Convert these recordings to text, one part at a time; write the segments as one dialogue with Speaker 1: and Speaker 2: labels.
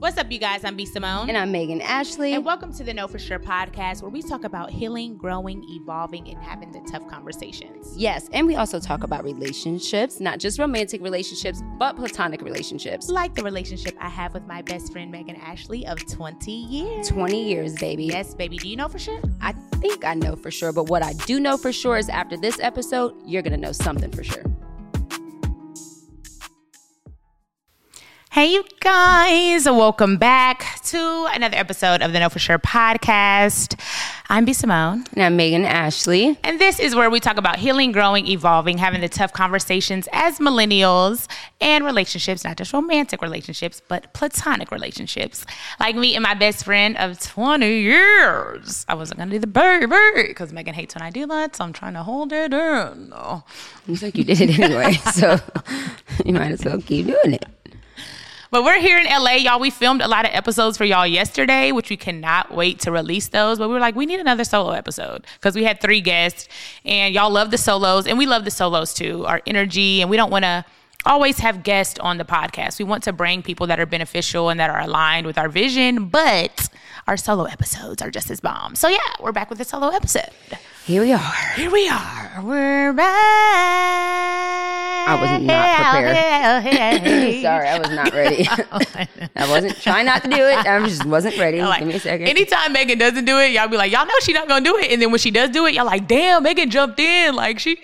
Speaker 1: What's up, you guys? I'm B. Simone.
Speaker 2: Uh-huh. And I'm Megan Ashley.
Speaker 1: And welcome to the Know For Sure podcast, where we talk about healing, growing, evolving, and having the tough conversations.
Speaker 2: Yes, and we also talk about relationships, not just romantic relationships, but platonic relationships.
Speaker 1: Like the relationship I have with my best friend, Megan Ashley, of 20 years.
Speaker 2: 20 years, baby.
Speaker 1: Yes, baby. Do you know for sure?
Speaker 2: I think I know for sure, but what I do know for sure is after this episode, you're going to know something for sure.
Speaker 1: Hey, you guys, welcome back to another episode of the Know For Sure podcast. I'm B. Simone.
Speaker 2: And I'm Megan Ashley.
Speaker 1: And this is where we talk about healing, growing, evolving, having the tough conversations as millennials and relationships, not just romantic relationships, but platonic relationships. Like me and my best friend of 20 years. I wasn't going to do the baby because Megan hates when I do that, so I'm trying to hold it in. No.
Speaker 2: Looks like you did it anyway, so you might as well keep doing it.
Speaker 1: But we're here in LA, y'all. We filmed a lot of episodes for y'all yesterday, which we cannot wait to release those. But we were like, we need another solo episode because we had three guests and y'all love the solos and we love the solos too, our energy. And we don't want to always have guests on the podcast. We want to bring people that are beneficial and that are aligned with our vision, but our solo episodes are just as bomb. So yeah, we're back with a solo episode.
Speaker 2: Here we are.
Speaker 1: Here we are. We're back.
Speaker 2: I was not prepared. Sorry, I was not ready. Oh, I wasn't trying not to do it. I just wasn't ready.
Speaker 1: Like,
Speaker 2: Give me a second.
Speaker 1: Anytime Megan doesn't do it, y'all be like, y'all know she not gonna do it. And then when she does do it, y'all like, damn, Megan jumped in. Like she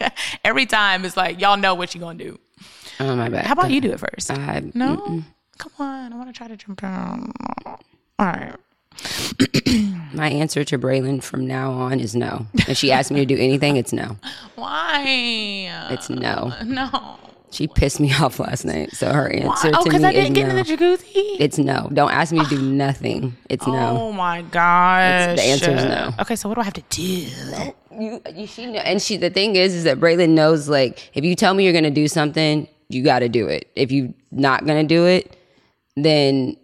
Speaker 1: every time it's like y'all know what she gonna do.
Speaker 2: oh my bad.
Speaker 1: How about you do it first?
Speaker 2: I-
Speaker 1: no? Come on, I wanna try to jump down. All right.
Speaker 2: My answer to Braylon from now on is no. If she asks me to do anything, it's no.
Speaker 1: Why?
Speaker 2: It's no.
Speaker 1: no.
Speaker 2: She pissed me off last night, so her answer
Speaker 1: Why? Oh,
Speaker 2: to
Speaker 1: because
Speaker 2: me
Speaker 1: I didn't
Speaker 2: is
Speaker 1: get in
Speaker 2: no.
Speaker 1: the jacuzzi.
Speaker 2: it's no. Don't ask me to do nothing. It's no.
Speaker 1: Oh my gosh.
Speaker 2: It's- the answer is no. Oh,
Speaker 1: Okay, so what do I have to do?
Speaker 2: You, you, she know, and she. The thing is, is that Braylon knows. Like, if you tell me you're gonna do something, you got to do it. If you're not gonna do it, then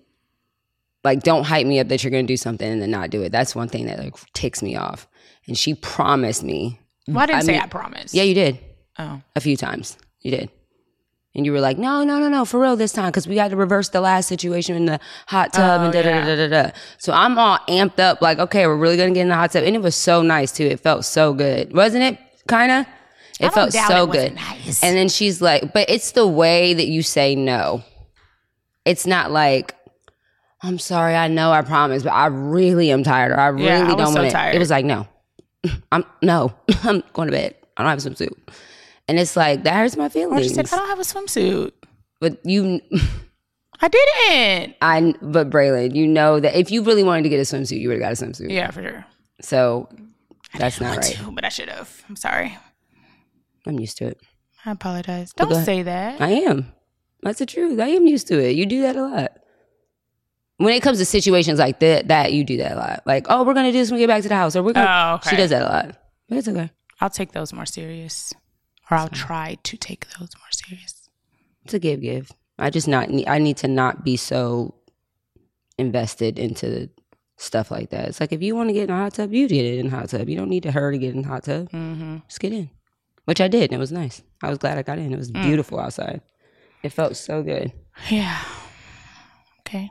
Speaker 2: like don't hype me up that you're gonna do something and then not do it. That's one thing that like ticks me off. And she promised me.
Speaker 1: Well, I didn't say
Speaker 2: mean-
Speaker 1: I promise.
Speaker 2: Yeah, you did.
Speaker 1: Oh.
Speaker 2: a few times. You did. And you were like, no, no, no, no, for real this time, because we got to reverse the last situation in the hot tub
Speaker 1: Oh,
Speaker 2: and da da da da da. So I'm all amped up, like, okay, we're really gonna get in the hot tub, and it was so nice too. It felt so good, wasn't it? Kinda. It
Speaker 1: don't
Speaker 2: felt
Speaker 1: doubt
Speaker 2: so
Speaker 1: it was
Speaker 2: good.
Speaker 1: nice.
Speaker 2: And then she's like, but it's the way that you say no. It's not like, I'm sorry, I know, I promise, but I really am tired, or I really
Speaker 1: Yeah, I was
Speaker 2: don't
Speaker 1: so
Speaker 2: want it.
Speaker 1: tired.
Speaker 2: It was like, no, I'm no, I'm going to bed. I don't have a swimsuit, and it's like that hurts my
Speaker 1: Or she
Speaker 2: feelings.
Speaker 1: said, I don't have a swimsuit.
Speaker 2: but you,
Speaker 1: I didn't.
Speaker 2: I, but Braylon, you know that if you really wanted to get a swimsuit, you would have got a swimsuit.
Speaker 1: Yeah, for sure.
Speaker 2: So that's not right.
Speaker 1: But I should have. I'm sorry.
Speaker 2: I'm used to it.
Speaker 1: I apologize. Don't
Speaker 2: Okay.
Speaker 1: say that.
Speaker 2: I am. That's the truth. I am used to it. You do that a lot. When it comes to situations like that, that you do that a lot. Like, oh, we're gonna do this when we get back to the house, or we're gonna.
Speaker 1: Oh, okay.
Speaker 2: She does that a lot, but it's okay.
Speaker 1: I'll take those more serious, or I'll try to take those more serious.
Speaker 2: It's a give give. I just not need, I need to not be so invested into stuff like that. It's like if you want to get in a hot tub, you get it in a hot tub. You don't need to her to get in a hot tub.
Speaker 1: Mm-hmm.
Speaker 2: Just get in, which I did, and it was nice. I was glad I got in. It was
Speaker 1: Mm.
Speaker 2: beautiful outside. It felt so good.
Speaker 1: Yeah. Okay.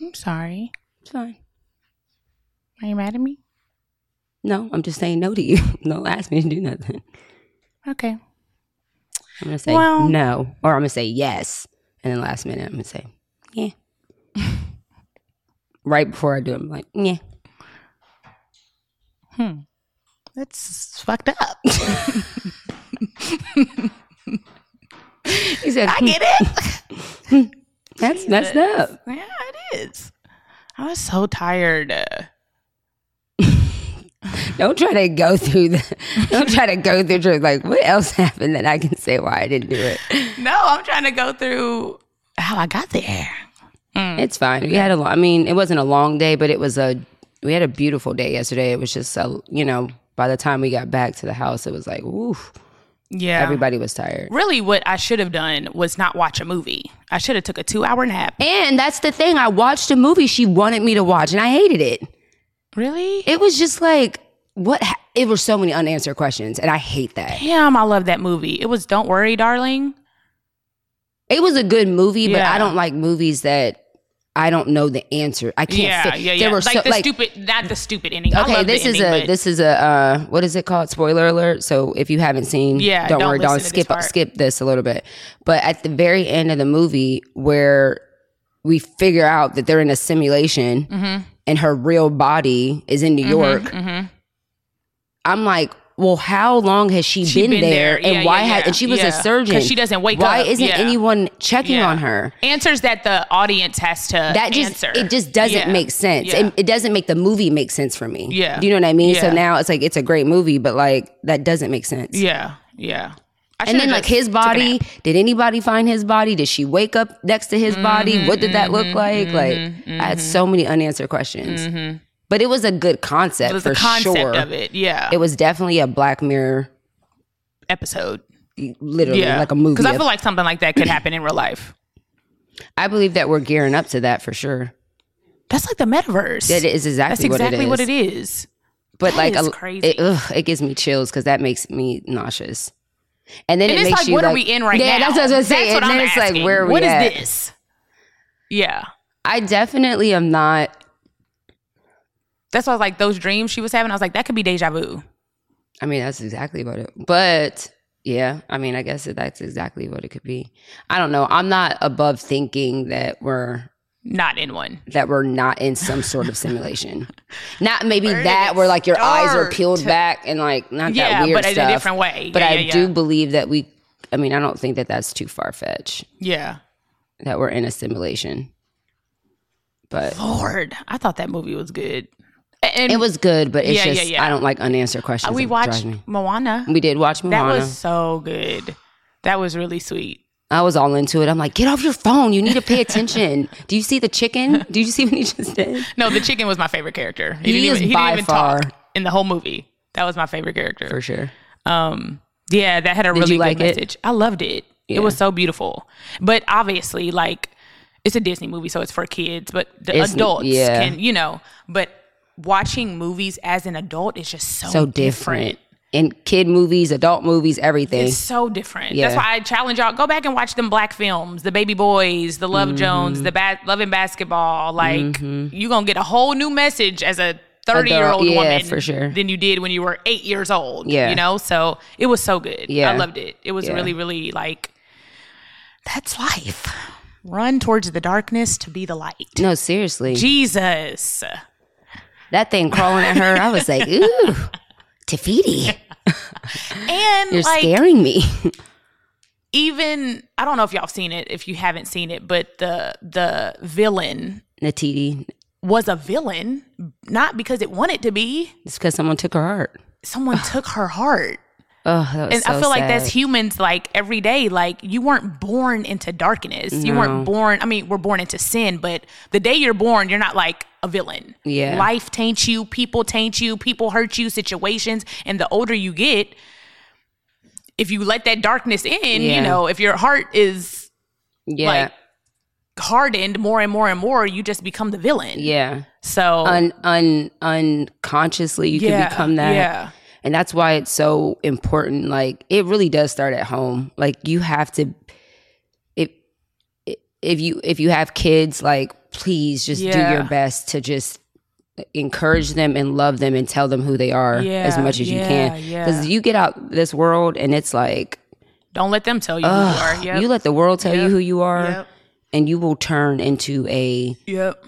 Speaker 1: I'm sorry.
Speaker 2: It's fine.
Speaker 1: Are you mad at me?
Speaker 2: No, I'm just saying no to you. don't ask me to do nothing.
Speaker 1: Okay.
Speaker 2: I'm gonna say
Speaker 1: Well-
Speaker 2: no, or I'm gonna say yes, and then last minute I'm gonna say yeah. right before I do, it, I'm like yeah.
Speaker 1: That's fucked up.
Speaker 2: He said "Hmm,
Speaker 1: I get it.
Speaker 2: that's messed up.
Speaker 1: yeah, it is. I was so tired.
Speaker 2: Don't try to go through the. Don't try to go through truth. Like what else happened that I can say why I didn't do it?
Speaker 1: No, I'm trying to go through how I got there.
Speaker 2: It's fine. We had a. lo- I mean, it wasn't a long day, but it was a. We had a beautiful day yesterday. It was just so you know. By the time we got back to the house, it was like, oof,
Speaker 1: Yeah.
Speaker 2: everybody was tired.
Speaker 1: really what I should have done was not watch a movie. I should have took a 2-hour nap.
Speaker 2: And that's the thing. I watched a movie she wanted me to watch, and I hated it.
Speaker 1: Really?
Speaker 2: It was just like what. Ha- it were so many unanswered questions, and I hate that.
Speaker 1: Damn, I love that movie. It was Don't Worry, Darling.
Speaker 2: It was a good movie, but
Speaker 1: Yeah.
Speaker 2: I don't like movies that I don't know the answer. I can't.
Speaker 1: Yeah,
Speaker 2: fi-
Speaker 1: yeah, yeah.
Speaker 2: There were
Speaker 1: like
Speaker 2: so,
Speaker 1: the
Speaker 2: like,
Speaker 1: stupid, not the stupid ending. I
Speaker 2: Okay,
Speaker 1: love the
Speaker 2: this is
Speaker 1: ending,
Speaker 2: a
Speaker 1: but-
Speaker 2: this is a uh, what is it called? Spoiler alert! So if you haven't seen,
Speaker 1: Yeah,
Speaker 2: don't,
Speaker 1: don't
Speaker 2: worry, don't
Speaker 1: listen to this
Speaker 2: skip
Speaker 1: part.
Speaker 2: skip this a little bit. But at the very end of the movie, where we figure out that they're in a simulation
Speaker 1: Mm-hmm.
Speaker 2: and her real body is in New York, I'm like, well, how long has she,
Speaker 1: She
Speaker 2: been,
Speaker 1: been
Speaker 2: there,
Speaker 1: there.
Speaker 2: and
Speaker 1: Yeah,
Speaker 2: why?
Speaker 1: yeah,
Speaker 2: ha-
Speaker 1: yeah,
Speaker 2: and she was
Speaker 1: yeah.
Speaker 2: a
Speaker 1: 'Cause
Speaker 2: surgeon.
Speaker 1: she doesn't wake
Speaker 2: Why
Speaker 1: up.
Speaker 2: isn't
Speaker 1: Yeah.
Speaker 2: anyone checking on her?
Speaker 1: answers that the audience has to
Speaker 2: that just
Speaker 1: answer.
Speaker 2: it just doesn't
Speaker 1: Yeah.
Speaker 2: make sense
Speaker 1: Yeah.
Speaker 2: it, it doesn't make the movie make sense for me
Speaker 1: Yeah.
Speaker 2: do you know what i mean so
Speaker 1: Yeah.
Speaker 2: now it's like it's a great movie but like that doesn't make sense
Speaker 1: yeah, yeah. I
Speaker 2: and then
Speaker 1: should've
Speaker 2: like
Speaker 1: just
Speaker 2: his
Speaker 1: took a nap.
Speaker 2: body did anybody find his body did she wake up next to his
Speaker 1: Mm-hmm,
Speaker 2: body what did that look like like i had so many unanswered questions but it was a good concept
Speaker 1: Mm-hmm. It was
Speaker 2: for
Speaker 1: the concept
Speaker 2: sure
Speaker 1: of it. Yeah,
Speaker 2: It was definitely a black mirror
Speaker 1: episode.
Speaker 2: literally
Speaker 1: Yeah,
Speaker 2: like a movie
Speaker 1: Because I
Speaker 2: of-
Speaker 1: feel like something like that could happen in real life.
Speaker 2: i believe that we're gearing up to that for sure
Speaker 1: That's like the metaverse.
Speaker 2: that is exactly,
Speaker 1: That's exactly
Speaker 2: what it is
Speaker 1: what it is.
Speaker 2: but
Speaker 1: That
Speaker 2: like
Speaker 1: is
Speaker 2: a-
Speaker 1: crazy.
Speaker 2: It, ugh, it gives me chills because that makes me nauseous. And then
Speaker 1: And
Speaker 2: it
Speaker 1: it's
Speaker 2: makes
Speaker 1: like,
Speaker 2: you
Speaker 1: what
Speaker 2: like,
Speaker 1: are we in right
Speaker 2: yeah,
Speaker 1: now?
Speaker 2: that's what I was gonna say. and
Speaker 1: I'm
Speaker 2: then it's like,
Speaker 1: asking.
Speaker 2: where are we
Speaker 1: What is
Speaker 2: at?
Speaker 1: this? Yeah,
Speaker 2: I definitely am not.
Speaker 1: that's why I was like those dreams she was having. I was like, that could be deja vu.
Speaker 2: I mean, that's exactly what it. But yeah, I mean, I guess that that's exactly what it could be. I don't know. I'm not above thinking that we're
Speaker 1: Not in one.
Speaker 2: that we're not in some sort of simulation. Not maybe
Speaker 1: Where did
Speaker 2: that
Speaker 1: it
Speaker 2: where like your eyes are
Speaker 1: start?
Speaker 2: peeled back and like not
Speaker 1: Yeah,
Speaker 2: that weird
Speaker 1: but in a
Speaker 2: stuff.
Speaker 1: different way.
Speaker 2: But
Speaker 1: Yeah,
Speaker 2: I
Speaker 1: yeah,
Speaker 2: do
Speaker 1: yeah.
Speaker 2: believe that we. I mean, I don't think that that's too far fetched.
Speaker 1: Yeah.
Speaker 2: that we're in a simulation. But
Speaker 1: Lord, I thought that movie was good. And
Speaker 2: it was good, but it's
Speaker 1: Yeah, yeah,
Speaker 2: just
Speaker 1: yeah.
Speaker 2: I don't like unanswered questions.
Speaker 1: we
Speaker 2: It
Speaker 1: watched
Speaker 2: drives me.
Speaker 1: Moana.
Speaker 2: We did watch
Speaker 1: That
Speaker 2: Moana.
Speaker 1: was so good. That was really sweet.
Speaker 2: I was all into it. I'm like, get off your phone. You need to pay attention. Do you see the chicken? Do you see what he just did?
Speaker 1: No, the chicken was my favorite character. He,
Speaker 2: He
Speaker 1: didn't
Speaker 2: is
Speaker 1: even, he
Speaker 2: by
Speaker 1: didn't even
Speaker 2: far-
Speaker 1: talk in the whole movie. That was my favorite character.
Speaker 2: For sure.
Speaker 1: Um, yeah, that had a
Speaker 2: you
Speaker 1: really
Speaker 2: like
Speaker 1: good
Speaker 2: it?
Speaker 1: message. I loved it.
Speaker 2: Yeah.
Speaker 1: It was so beautiful. But obviously, like it's a Disney movie, so it's for kids. But the
Speaker 2: It's-
Speaker 1: adults
Speaker 2: yeah.
Speaker 1: can, you know. But watching movies as an adult is just so,
Speaker 2: So different. In kid movies, adult movies, everything.
Speaker 1: It's so different.
Speaker 2: Yeah.
Speaker 1: That's why I challenge y'all. Go back and watch them black films, the Baby Boys, the
Speaker 2: Mm-hmm.
Speaker 1: Love Jones, the ba- Love and Basketball. Like you gonna get a whole new message as a thirty year old
Speaker 2: Adult, yeah,
Speaker 1: woman
Speaker 2: for sure.
Speaker 1: than you did when you were eight years old.
Speaker 2: Yeah.
Speaker 1: you know. So it was so good.
Speaker 2: Yeah.
Speaker 1: I loved it. It was
Speaker 2: Yeah.
Speaker 1: really, really like that's life. Run towards the darkness to be the light.
Speaker 2: no, seriously.
Speaker 1: Jesus.
Speaker 2: that thing crawling at her, I was like, ooh, Tafiti,
Speaker 1: And
Speaker 2: you're
Speaker 1: like
Speaker 2: scaring me.
Speaker 1: even I don't know if y'all seen it, if you haven't seen it, but the the villain
Speaker 2: Natiti,
Speaker 1: was a villain, not because it wanted to be.
Speaker 2: it's because someone took her heart.
Speaker 1: Someone took her heart.
Speaker 2: Oh, that was
Speaker 1: And I
Speaker 2: so
Speaker 1: feel like
Speaker 2: sad.
Speaker 1: that's humans like every day. Like you weren't born into darkness. You weren't born I mean, we're born into sin, but the day you're born, you're not like a villain.
Speaker 2: Yeah.
Speaker 1: Life taints you, people taint you, people hurt you, situations. And the older you get, if you let that darkness in,
Speaker 2: Yeah.
Speaker 1: you know, if your heart is
Speaker 2: yeah.
Speaker 1: like hardened more and more and more, you just become the villain.
Speaker 2: Yeah.
Speaker 1: So
Speaker 2: Un un unconsciously you can become that.
Speaker 1: Yeah.
Speaker 2: And that's why it's so important. Like it really does start at home. Like you have to if if you if you have kids, like please just do
Speaker 1: Yeah.
Speaker 2: your best to just encourage them and love them and tell them who they are as
Speaker 1: Yeah,
Speaker 2: much as you
Speaker 1: yeah,
Speaker 2: can.
Speaker 1: yeah.
Speaker 2: Because you get out this world and it's like
Speaker 1: Don't let them tell you who you are. Yep.
Speaker 2: you let the world tell you
Speaker 1: Yep.
Speaker 2: who you are
Speaker 1: Yep.
Speaker 2: and you will turn into a
Speaker 1: Yep.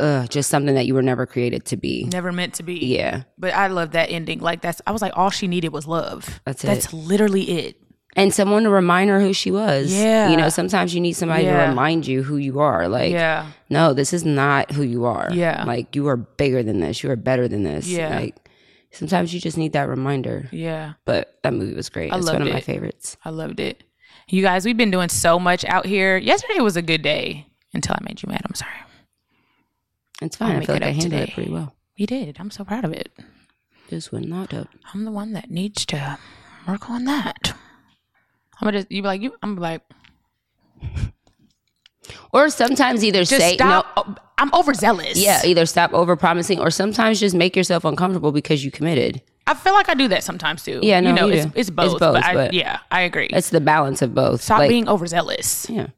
Speaker 2: uh, just something that you were never created to be.
Speaker 1: Never meant to be.
Speaker 2: Yeah.
Speaker 1: But I love that ending. Like that's I was like, all she needed was love.
Speaker 2: That's it.
Speaker 1: That's literally it.
Speaker 2: and someone to remind her who she was.
Speaker 1: Yeah.
Speaker 2: You know, sometimes you need somebody to
Speaker 1: Yeah.
Speaker 2: remind you who you are. Like,
Speaker 1: Yeah.
Speaker 2: no, this is not who you are.
Speaker 1: Yeah.
Speaker 2: Like, you are bigger than this. You are better than this.
Speaker 1: Yeah.
Speaker 2: Like, sometimes you just need that reminder.
Speaker 1: Yeah.
Speaker 2: But that movie was great. it's one
Speaker 1: loved
Speaker 2: of my
Speaker 1: it.
Speaker 2: favorites.
Speaker 1: I loved it. You guys, we've been doing so much out here. Yesterday was a good day until I made you mad. I'm sorry.
Speaker 2: It's fine.
Speaker 1: I'll
Speaker 2: I
Speaker 1: make
Speaker 2: feel
Speaker 1: it
Speaker 2: like I
Speaker 1: up
Speaker 2: handled it
Speaker 1: today.
Speaker 2: pretty well.
Speaker 1: We did. I'm so proud of it.
Speaker 2: This was not up.
Speaker 1: I'm the one that needs to work on that. I'm gonna you be like you I'm like
Speaker 2: Or sometimes either
Speaker 1: just
Speaker 2: say
Speaker 1: stop.
Speaker 2: no.
Speaker 1: Oh, I'm overzealous.
Speaker 2: Yeah, either stop over promising or sometimes just make yourself uncomfortable because you committed.
Speaker 1: I feel like I do that sometimes too.
Speaker 2: Yeah, no,
Speaker 1: you know,
Speaker 2: you
Speaker 1: it's,
Speaker 2: do.
Speaker 1: it's both.
Speaker 2: It's both,
Speaker 1: but, I,
Speaker 2: but-
Speaker 1: yeah, I agree.
Speaker 2: It's the balance of both.
Speaker 1: Stop
Speaker 2: Like,
Speaker 1: being overzealous.
Speaker 2: yeah.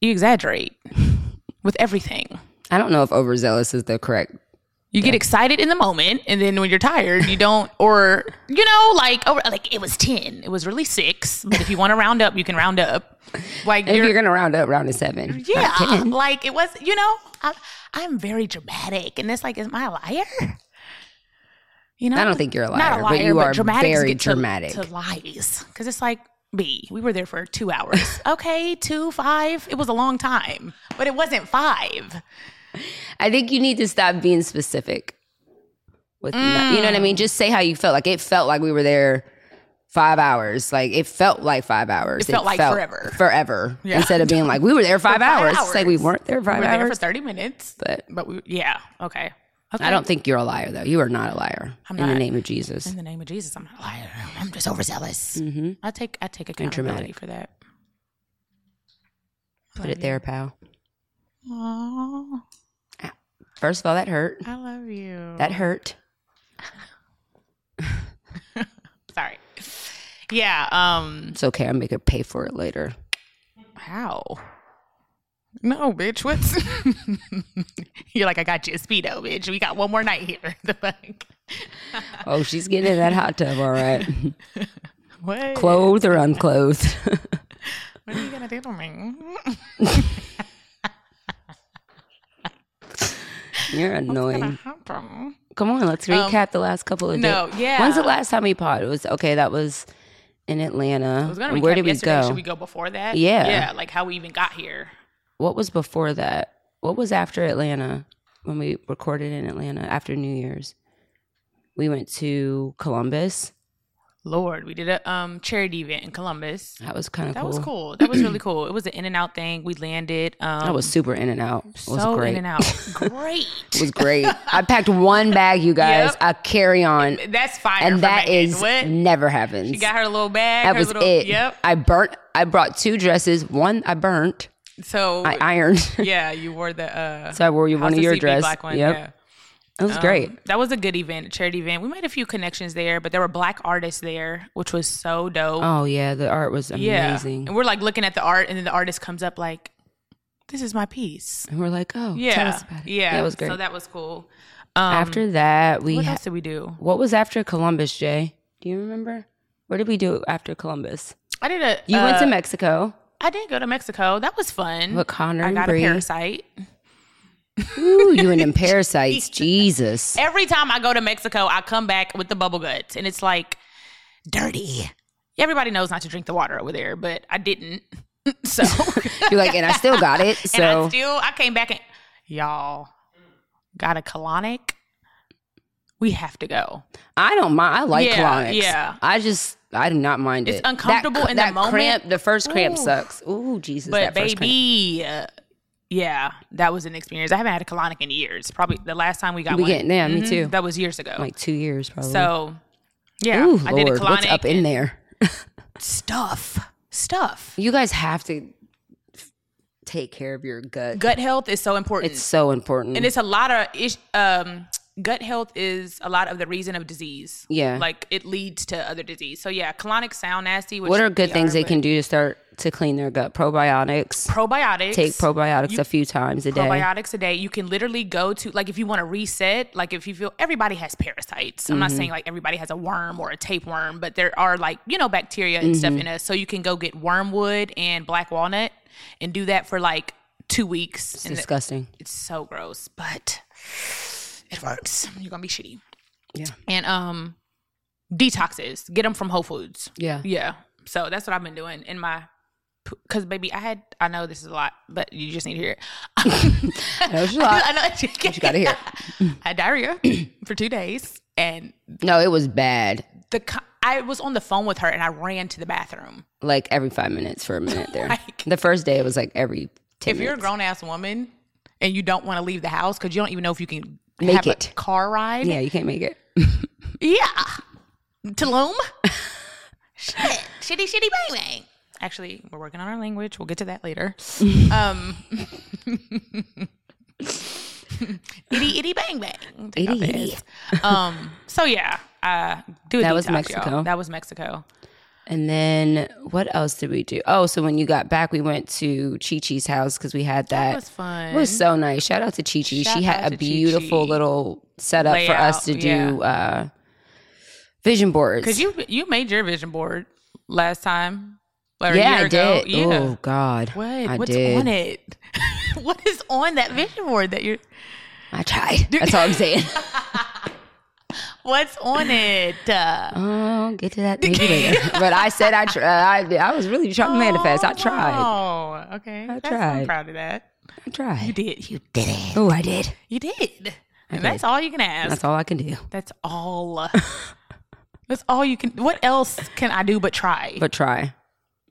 Speaker 1: You exaggerate. with everything.
Speaker 2: I don't know if overzealous is the correct.
Speaker 1: You get excited in the moment, and then when you're tired, you don't, or you know, like oh, like it was ten, it was really six. But if you want to round up, you can round up. Like
Speaker 2: If
Speaker 1: you're,
Speaker 2: you're gonna round up, round to seven. not
Speaker 1: yeah,
Speaker 2: 10.
Speaker 1: like it was, you know, I'm, I'm very dramatic, and it's like, am I a liar? You know,
Speaker 2: I don't think you're a
Speaker 1: not
Speaker 2: liar,
Speaker 1: a liar,
Speaker 2: but you are
Speaker 1: dramatics
Speaker 2: very
Speaker 1: get to-
Speaker 2: dramatic.
Speaker 1: to, lies because it's like. B, we were there for two hours. Okay, two, five. It was a long time, but it wasn't five.
Speaker 2: I think you need to stop being specific. With no- you know what I
Speaker 1: Mm.
Speaker 2: mean? Just say how you felt. Like it felt like we were there five hours. Like it felt like five hours.
Speaker 1: It felt like forever.
Speaker 2: Forever.
Speaker 1: Yeah.
Speaker 2: Instead of being like we were there five,
Speaker 1: five
Speaker 2: hours. It's like we
Speaker 1: hours.
Speaker 2: weren't there five
Speaker 1: we were there for
Speaker 2: hours.
Speaker 1: 30 minutes.
Speaker 2: but
Speaker 1: But we, yeah, okay. Okay.
Speaker 2: I don't think you're a liar though. You are not a liar.
Speaker 1: I'm
Speaker 2: in the
Speaker 1: not.
Speaker 2: name of Jesus.
Speaker 1: In
Speaker 2: Mm-hmm.
Speaker 1: the name of Jesus, I'm not a liar. I'm just overzealous. I take I take accountability
Speaker 2: dramatic.
Speaker 1: for that.
Speaker 2: Put it there, pal.
Speaker 1: Aw,
Speaker 2: First of all, that hurt.
Speaker 1: I love you.
Speaker 2: That hurt.
Speaker 1: Sorry. Yeah. Um.
Speaker 2: It's okay. I'll make her pay for it later.
Speaker 1: How? No, bitch. What's? You're like I got you a speedo, bitch. We got one more night here. The fuck.
Speaker 2: Oh, she's getting in that hot tub, all right.
Speaker 1: What?
Speaker 2: Clothed or unclothed.
Speaker 1: What are you gonna do to me?
Speaker 2: Mm. You're
Speaker 1: Gonna
Speaker 2: annoying.
Speaker 1: happen. Um,
Speaker 2: Come on, let's recap the last couple of
Speaker 1: no,
Speaker 2: days.
Speaker 1: yeah.
Speaker 2: When's the last time we pod? It was okay. That was in Atlanta.
Speaker 1: It was gonna
Speaker 2: And
Speaker 1: be
Speaker 2: Where
Speaker 1: kept
Speaker 2: did we
Speaker 1: yesterday.
Speaker 2: go?
Speaker 1: Should we go before that?
Speaker 2: Yeah.
Speaker 1: Yeah, like how we even got here.
Speaker 2: What was before that? What was after Atlanta when we recorded in Atlanta after New Year's? We went to Columbus.
Speaker 1: Lord, we did a um charity event in Columbus.
Speaker 2: That was kind of
Speaker 1: That
Speaker 2: cool.
Speaker 1: was cool. That was really cool. It was an in and out thing. We landed. Um,
Speaker 2: That was super in and out. It was
Speaker 1: so
Speaker 2: great.
Speaker 1: in and out. Great.
Speaker 2: It was great. I packed one bag, you guys.
Speaker 1: Yep.
Speaker 2: I carry on,
Speaker 1: That's fire. for
Speaker 2: and that
Speaker 1: Megan.
Speaker 2: is
Speaker 1: what
Speaker 2: never happens.
Speaker 1: you got her little bag.
Speaker 2: that
Speaker 1: her
Speaker 2: was
Speaker 1: little,
Speaker 2: it.
Speaker 1: Yep.
Speaker 2: I burnt. I brought two dresses. One I burnt.
Speaker 1: So
Speaker 2: I ironed.
Speaker 1: yeah, you wore the uh,
Speaker 2: So I wore you one Um,
Speaker 1: House
Speaker 2: of
Speaker 1: of
Speaker 2: your
Speaker 1: CB
Speaker 2: dress.
Speaker 1: black one.
Speaker 2: Yep.
Speaker 1: Yeah. Um,
Speaker 2: It was great.
Speaker 1: That was a good event, a charity event. We made a few connections there, but there were black artists there, which was so dope.
Speaker 2: Oh yeah, the art was
Speaker 1: Yeah.
Speaker 2: amazing.
Speaker 1: And we're like looking at the art, and then the artist comes up like, "This is my piece."
Speaker 2: And we're like, oh,
Speaker 1: Yeah,
Speaker 2: tell us about it.
Speaker 1: yeah,
Speaker 2: that was great.
Speaker 1: So that was cool.
Speaker 2: after that, we
Speaker 1: What
Speaker 2: ha-
Speaker 1: else did we do?
Speaker 2: what was after Columbus, Jay? Do you remember? What did we do after Columbus?
Speaker 1: I did a.
Speaker 2: You went
Speaker 1: uh,
Speaker 2: to Mexico
Speaker 1: I did go to Mexico. That was fun.
Speaker 2: with Connor
Speaker 1: I
Speaker 2: and
Speaker 1: got a
Speaker 2: Bree.
Speaker 1: parasite.
Speaker 2: Ooh, you and them parasites, Jesus!
Speaker 1: Every time I go to Mexico, I come back with the bubble guts, and it's like dirty. Everybody knows not to drink the water over there, but I didn't. So
Speaker 2: You're like, and I still got it.
Speaker 1: and I
Speaker 2: So
Speaker 1: still I came back and y'all got a colonic. We have to go.
Speaker 2: I don't mind. I like
Speaker 1: Yeah,
Speaker 2: colonics.
Speaker 1: yeah.
Speaker 2: I just I do not mind
Speaker 1: It's
Speaker 2: it.
Speaker 1: uncomfortable
Speaker 2: that, cr-
Speaker 1: in the
Speaker 2: that
Speaker 1: moment.
Speaker 2: Cramp, the first cramp
Speaker 1: Ooh.
Speaker 2: sucks. Ooh, Jesus!
Speaker 1: But
Speaker 2: that first cramp.
Speaker 1: baby, uh, yeah, that was an experience. I haven't had a colonic in years. Probably the last time we got
Speaker 2: We
Speaker 1: one.
Speaker 2: get- yeah, me
Speaker 1: Mhm,
Speaker 2: too.
Speaker 1: That was years ago.
Speaker 2: like two years probably.
Speaker 1: so, yeah,
Speaker 2: Ooh,
Speaker 1: I
Speaker 2: Lord,
Speaker 1: did a colonic.
Speaker 2: what's up in there?
Speaker 1: stuff, stuff.
Speaker 2: You guys have to f- take care of your gut.
Speaker 1: Gut health is so important,
Speaker 2: It's so important.
Speaker 1: and it's a lot of ish, um, gut health is a lot of the reason of disease.
Speaker 2: Yeah.
Speaker 1: like it leads to other disease. So yeah, colonic sound nasty. Which
Speaker 2: what are good
Speaker 1: they
Speaker 2: things they
Speaker 1: but-
Speaker 2: can do to start to clean their gut? Probiotics.
Speaker 1: probiotics?
Speaker 2: Take probiotics a few times a day.
Speaker 1: probiotics a day. You can literally go to like if you want to reset, like if you feel everybody has parasites. I'm not
Speaker 2: Mm-hmm.
Speaker 1: saying like everybody has a worm or a tapeworm, but there are like, you know, bacteria and
Speaker 2: Mm-hmm.
Speaker 1: stuff in us. So you can go get wormwood and black walnut and do that for like two weeks. and th-
Speaker 2: Disgusting.
Speaker 1: it's so gross, but it works. You're gonna be shitty.
Speaker 2: Yeah.
Speaker 1: And um detoxes. Get them from Whole Foods.
Speaker 2: Yeah.
Speaker 1: Yeah. So that's what I've been doing in my because baby, I had I know this is a lot, but you just need to hear it.
Speaker 2: No, it's a lot.
Speaker 1: I know you
Speaker 2: gotta hear
Speaker 1: I had diarrhea for two days, and
Speaker 2: No, it was bad.
Speaker 1: the co- I was on the phone with her, and I ran to the bathroom.
Speaker 2: Like every five minutes for a minute there.
Speaker 1: Like-
Speaker 2: the first day it was like every ten
Speaker 1: If you're a
Speaker 2: minutes.
Speaker 1: grown ass woman and you don't want to leave the house because you don't even know if you can
Speaker 2: Make
Speaker 1: have
Speaker 2: it.
Speaker 1: a car ride,
Speaker 2: yeah, you can't make it.
Speaker 1: Yeah. Tulum. Shit. Shitty, shitty, bang, bang. Actually, we're working on our language. We'll get to that later. Um, itty, itty, bang, bang. Take off the
Speaker 2: Itty, itty.
Speaker 1: S. Um, so yeah, uh, do a
Speaker 2: That was
Speaker 1: detox, y'all.
Speaker 2: Mexico.
Speaker 1: That was Mexico.
Speaker 2: And then what else did we do? Oh, so when you got back, we went to Chi Chi's house because we had that.
Speaker 1: That was fun.
Speaker 2: It was so nice. Shout out to Chi Chi.
Speaker 1: Shout
Speaker 2: She
Speaker 1: out
Speaker 2: had
Speaker 1: to
Speaker 2: a beautiful
Speaker 1: Chi Chi.
Speaker 2: little setup for us to
Speaker 1: Layout,
Speaker 2: do
Speaker 1: yeah.
Speaker 2: uh, vision boards.
Speaker 1: Cause you you made your vision board last time. Or a
Speaker 2: yeah,
Speaker 1: year
Speaker 2: I did.
Speaker 1: Ago. Yeah.
Speaker 2: Oh God,
Speaker 1: What?
Speaker 2: I
Speaker 1: What's
Speaker 2: did.
Speaker 1: on it? what is on that vision board that you're?
Speaker 2: I tried. That's all I'm saying.
Speaker 1: What's on it? Uh,
Speaker 2: oh, get to that maybe later. But I said I tried. I, I was really trying to manifest. I tried.
Speaker 1: Oh, okay. That's- I'm
Speaker 2: tried.
Speaker 1: proud of that.
Speaker 2: I tried.
Speaker 1: You did. You did it.
Speaker 2: Oh, I did.
Speaker 1: You did. And that's all you can ask.
Speaker 2: That's all I can do.
Speaker 1: That's all. That's all you can. What else can I do but try?
Speaker 2: But try.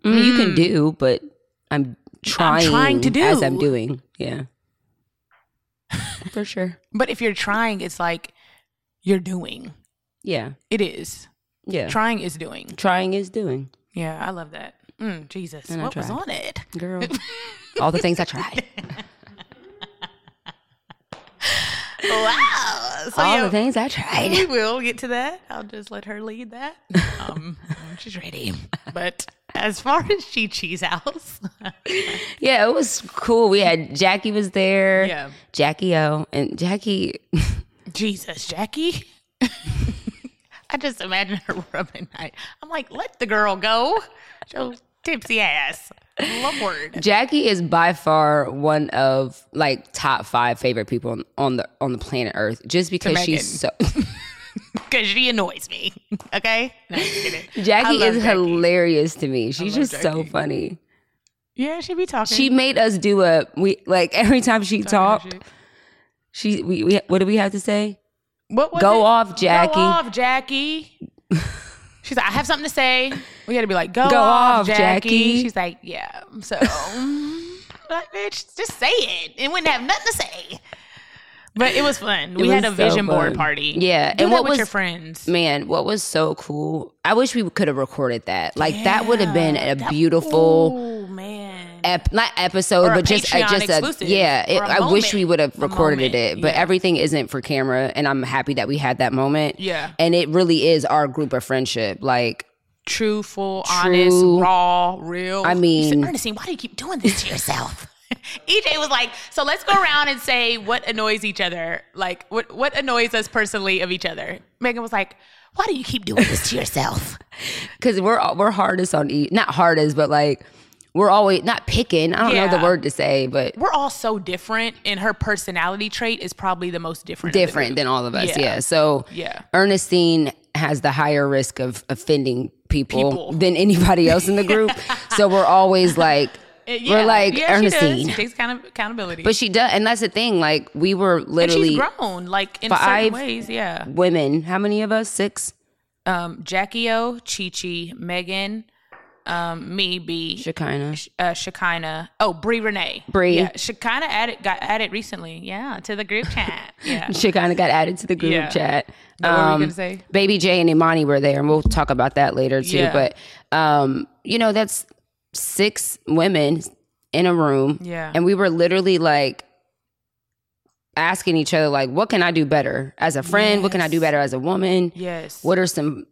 Speaker 2: I mean, You can do, but Mm. I'm trying,
Speaker 1: trying to
Speaker 2: as
Speaker 1: do.
Speaker 2: I'm doing. Yeah. For sure.
Speaker 1: but if you're trying, it's like you're doing.
Speaker 2: Yeah.
Speaker 1: It is.
Speaker 2: Yeah.
Speaker 1: Trying is doing.
Speaker 2: trying is doing.
Speaker 1: Yeah, I love that. Mm, Jesus,
Speaker 2: And I
Speaker 1: what was
Speaker 2: tried.
Speaker 1: on it?
Speaker 2: Girl. all the things I tried.
Speaker 1: Wow. So
Speaker 2: all
Speaker 1: yeah,
Speaker 2: the things I tried.
Speaker 1: we will get to that. I'll just let her lead that. Um, when she's ready. But as far as Chi Chi's house,
Speaker 2: Yeah, it was cool. We had Jackie was there.
Speaker 1: Yeah.
Speaker 2: Jackie O and Jackie.
Speaker 1: Jesus, Jackie. I just imagine her rubbing night. I'm like, let the girl go. She'll tipsy ass. Lord.
Speaker 2: Jackie is by far one of like top five favorite people on, on the on the planet Earth, just because she's so.
Speaker 1: Because she annoys me. Okay? No, I'm just kidding. I
Speaker 2: Jackie
Speaker 1: love
Speaker 2: is hilarious to me. She's
Speaker 1: love
Speaker 2: just so funny.
Speaker 1: Yeah, she be talking.
Speaker 2: She made us do a we like every time she talked.
Speaker 1: shit.
Speaker 2: She we, we what do we have to say?
Speaker 1: What was
Speaker 2: Go
Speaker 1: it?
Speaker 2: off, Jackie.
Speaker 1: Go off, Jackie. She's like, I have something to say. We had to be like, go,
Speaker 2: Go
Speaker 1: off,
Speaker 2: off,
Speaker 1: Jackie.
Speaker 2: Jackie.
Speaker 1: She's like, yeah. So, like, bitch, just say it. It wouldn't have nothing to say. But it was fun. We had a
Speaker 2: was so
Speaker 1: vision board
Speaker 2: fun.
Speaker 1: party.
Speaker 2: Yeah,
Speaker 1: Do
Speaker 2: and
Speaker 1: that
Speaker 2: what
Speaker 1: with
Speaker 2: was-
Speaker 1: your friends?
Speaker 2: Man, what was so cool? I wish we could have recorded that. Like that would have been a beautiful.
Speaker 1: Oh man.
Speaker 2: ep- not episode,
Speaker 1: Or a
Speaker 2: but just a,
Speaker 1: Patreon
Speaker 2: just a
Speaker 1: exclusive,
Speaker 2: yeah. It,
Speaker 1: or a
Speaker 2: I wish
Speaker 1: moment,
Speaker 2: we would have
Speaker 1: a
Speaker 2: recorded
Speaker 1: moment,
Speaker 2: it, but
Speaker 1: yeah.
Speaker 2: everything isn't for camera, and I'm happy that we had that moment.
Speaker 1: Yeah.
Speaker 2: and it really is our group of friendship. Like,
Speaker 1: True, full, honest,
Speaker 2: True.
Speaker 1: raw, real.
Speaker 2: I
Speaker 1: You
Speaker 2: mean-
Speaker 1: said, Ernestine, why do you keep doing this to yourself? EJ was like, so let's go around and say what annoys each other, like what what annoys us personally of each other. Megan was like, why do you keep doing this to yourself?
Speaker 2: because we're all- we're hardest on e not hardest, but like we're always not picking. I don't know the
Speaker 1: Yeah.
Speaker 2: word to say, but
Speaker 1: We're all so different, and her personality trait is probably the most different. of the
Speaker 2: different
Speaker 1: group.
Speaker 2: than all of us.
Speaker 1: Yeah.
Speaker 2: Yeah. So
Speaker 1: Yeah.
Speaker 2: Ernestine has the higher risk of offending people,
Speaker 1: People.
Speaker 2: than anybody else in the group. so we're always like.
Speaker 1: Uh, yeah.
Speaker 2: We're like
Speaker 1: Yeah, she does.
Speaker 2: Ernestine.
Speaker 1: She takes account- accountability,
Speaker 2: But she does, and that's the thing. Like we were
Speaker 1: and
Speaker 2: literally
Speaker 1: she's grown, like in
Speaker 2: five-
Speaker 1: certain ways. Yeah.
Speaker 2: women. How many of us? Six.
Speaker 1: Um, Jackie O, Chi Chi, Megan, um, me, B,
Speaker 2: Shekinah.
Speaker 1: uh, Shekinah. Oh, Bree Renee.
Speaker 2: Bree.
Speaker 1: Yeah, Shekinah added got added recently. Yeah, to the group chat. Yeah. Um,
Speaker 2: Shekinah got added to the group
Speaker 1: Yeah.
Speaker 2: chat. Um,
Speaker 1: what were you gonna say?
Speaker 2: Baby J and Imani were there, and we'll talk about that later too.
Speaker 1: Yeah.
Speaker 2: But um, you know, that's six women in a room.
Speaker 1: Yeah.
Speaker 2: And we were literally like asking each other, like, what can I do better as a friend? What can I do better as a woman?
Speaker 1: yes.
Speaker 2: What are some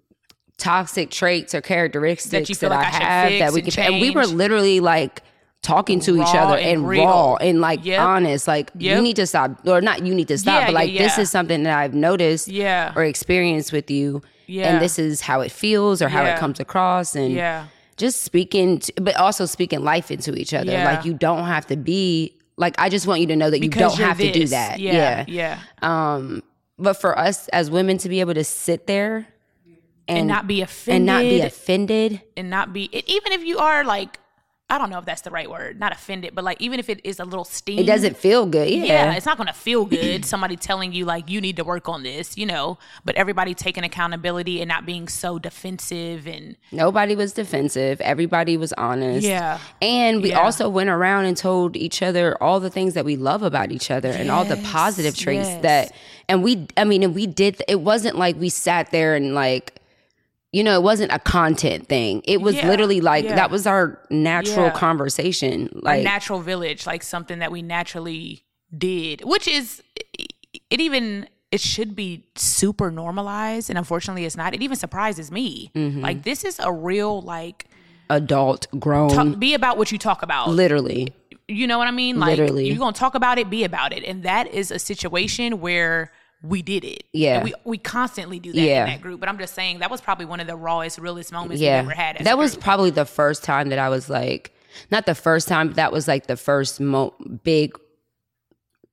Speaker 2: toxic traits or characteristics
Speaker 1: That you feel like I should
Speaker 2: have
Speaker 1: fix
Speaker 2: that we
Speaker 1: and
Speaker 2: can and we were
Speaker 1: change.
Speaker 2: literally like talking to each
Speaker 1: Raw
Speaker 2: other
Speaker 1: and
Speaker 2: and
Speaker 1: real.
Speaker 2: raw and like
Speaker 1: Yep.
Speaker 2: honest like you
Speaker 1: Yep.
Speaker 2: need to stop or not you need to stop
Speaker 1: Yeah,
Speaker 2: but
Speaker 1: yeah,
Speaker 2: like this
Speaker 1: yeah.
Speaker 2: is something that I've noticed
Speaker 1: Yeah.
Speaker 2: or experienced with you
Speaker 1: Yeah.
Speaker 2: and this is how it feels or how
Speaker 1: Yeah.
Speaker 2: it comes across and
Speaker 1: yeah.
Speaker 2: just speaking to, but also speaking life into each other
Speaker 1: Yeah.
Speaker 2: like you don't have to be like I just want you to know that you
Speaker 1: Because
Speaker 2: don't
Speaker 1: you're
Speaker 2: have to do
Speaker 1: this.
Speaker 2: that
Speaker 1: Yeah. Yeah.
Speaker 2: um but for us as women to be able to sit there and,
Speaker 1: And not be offended.
Speaker 2: and not be offended
Speaker 1: and not be and even if you are like I don't know if that's the right word, not offended, but like even if it is a little steam.
Speaker 2: it doesn't feel good yeah,
Speaker 1: Mm-hmm. yeah, it's not going to feel good. Somebody telling you like you need to work on this, you know, but everybody taking accountability and not being so defensive and
Speaker 2: nobody was defensive everybody was honest
Speaker 1: Yeah.
Speaker 2: and we
Speaker 1: Yeah.
Speaker 2: also went around and told each other all the things that we love about each other and all the
Speaker 1: Yes,
Speaker 2: positive traits
Speaker 1: yes.
Speaker 2: that and we i mean and we did it wasn't like we sat there and like you know it wasn't a content thing it was
Speaker 1: Yeah,
Speaker 2: literally like
Speaker 1: yeah.
Speaker 2: that was our natural
Speaker 1: Yeah.
Speaker 2: conversation
Speaker 1: a
Speaker 2: like
Speaker 1: natural village, like something that we naturally did, which is it even it should be super normalized and unfortunately it's not it even surprises me
Speaker 2: Mm-hmm.
Speaker 1: like this is a real like
Speaker 2: Adult, grown,
Speaker 1: talk, be about what you talk about
Speaker 2: literally.
Speaker 1: you know what i mean like
Speaker 2: Literally.
Speaker 1: you're gonna talk about it be about it and that is a situation where we did it
Speaker 2: Yeah.
Speaker 1: And we, we constantly do that
Speaker 2: Yeah.
Speaker 1: in that group but i'm just saying that was probably one of the rawest realest moments
Speaker 2: Yeah.
Speaker 1: we ever had as
Speaker 2: that
Speaker 1: a
Speaker 2: was
Speaker 1: group.
Speaker 2: probably the first time that I was like, not the first time, but that was like the first mo- big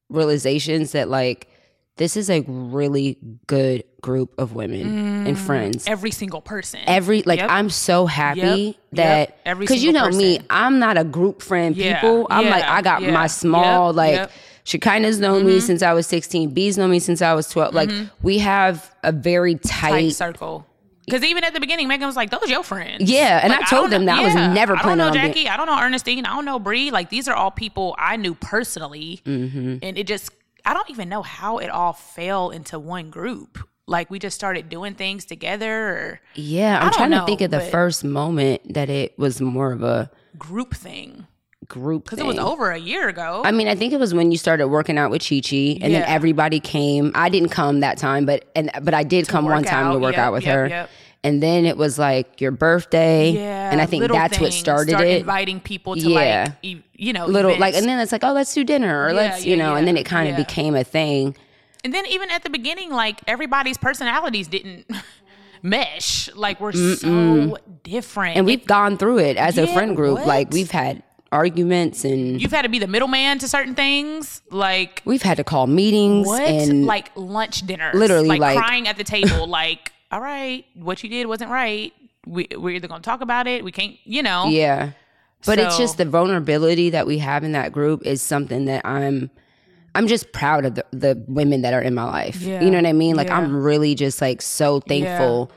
Speaker 2: realizations that like, this is a really good group of women and friends.
Speaker 1: Mm. every single person
Speaker 2: every like
Speaker 1: Yep.
Speaker 2: I'm so happy
Speaker 1: Yep.
Speaker 2: that
Speaker 1: Yep. Every
Speaker 2: because you know
Speaker 1: single
Speaker 2: me,
Speaker 1: person.
Speaker 2: I'm not a group friend
Speaker 1: Yeah.
Speaker 2: people. I'm like
Speaker 1: Yeah.
Speaker 2: I got
Speaker 1: Yeah.
Speaker 2: my small
Speaker 1: Yep.
Speaker 2: like
Speaker 1: Yep. Mm-hmm.
Speaker 2: Shekinah's known me since I was 16. B's known me since I was 12. Like we have a very
Speaker 1: tight
Speaker 2: tight.
Speaker 1: circle. Because even at the beginning, Megan was like, "Those your friends."
Speaker 2: Yeah, and
Speaker 1: Like,
Speaker 2: I told
Speaker 1: don't
Speaker 2: them that I was never planning
Speaker 1: I
Speaker 2: on
Speaker 1: don't know
Speaker 2: being-
Speaker 1: Jackie. I don't know Ernestine. I don't know Bree. Like these are all people I knew personally,
Speaker 2: Mm-hmm.
Speaker 1: and it just I don't even know how it all fell into one group. Like we just started doing things together, or
Speaker 2: yeah, I'm
Speaker 1: don't
Speaker 2: trying to
Speaker 1: know,
Speaker 2: think of the
Speaker 1: but-
Speaker 2: first moment that it was more of a
Speaker 1: group thing.
Speaker 2: group
Speaker 1: It was
Speaker 2: thing.
Speaker 1: over a year ago.
Speaker 2: I mean, I think it was when you started working out with Chi Chi, and then
Speaker 1: Yeah.
Speaker 2: everybody came. I didn't come that time, but and but I did come one
Speaker 1: work
Speaker 2: time to
Speaker 1: out.
Speaker 2: work
Speaker 1: Yep,
Speaker 2: out with
Speaker 1: yep,
Speaker 2: her.
Speaker 1: yep.
Speaker 2: And then it was like your birthday,
Speaker 1: yeah,
Speaker 2: and I think
Speaker 1: little
Speaker 2: that's what
Speaker 1: things.
Speaker 2: started
Speaker 1: Start
Speaker 2: it.
Speaker 1: Inviting people to
Speaker 2: Yeah.
Speaker 1: like, e- you know,
Speaker 2: Little
Speaker 1: events.
Speaker 2: like, and then it's like, oh, let's do dinner, or
Speaker 1: Yeah,
Speaker 2: let's you
Speaker 1: yeah,
Speaker 2: know, and
Speaker 1: yeah,
Speaker 2: then it kind of
Speaker 1: yeah.
Speaker 2: became a thing.
Speaker 1: And then even at the beginning, like everybody's personalities didn't mesh. Like we're so different.
Speaker 2: And we've gone through it as a
Speaker 1: Yeah,
Speaker 2: friend group.
Speaker 1: what?
Speaker 2: Like we've had arguments, and
Speaker 1: you've had to be the middleman to certain things. Like
Speaker 2: we've had to call meetings,
Speaker 1: what?
Speaker 2: and
Speaker 1: like lunch dinner.
Speaker 2: Literally, like-
Speaker 1: crying at the table. like, all right, what you did wasn't right. We we're either gonna talk about it. We can't, you know.
Speaker 2: Yeah. But it's
Speaker 1: So-
Speaker 2: just the vulnerability that we have in that group is something that I'm I'm just proud of the, the women that are in my life.
Speaker 1: Yeah.
Speaker 2: You know what I mean? Like
Speaker 1: Yeah.
Speaker 2: I'm really just like so thankful.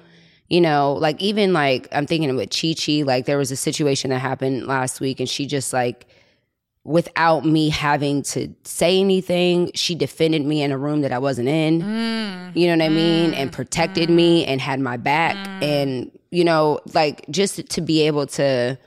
Speaker 2: You know, like even like I'm thinking with Chi Chi, like there was a situation that happened last week and she just like without me having to say anything, she defended me in a room that I wasn't in.
Speaker 1: Mm.
Speaker 2: You know what I mean? And protected me and had my back
Speaker 1: Mm.
Speaker 2: and you know, like just to be able to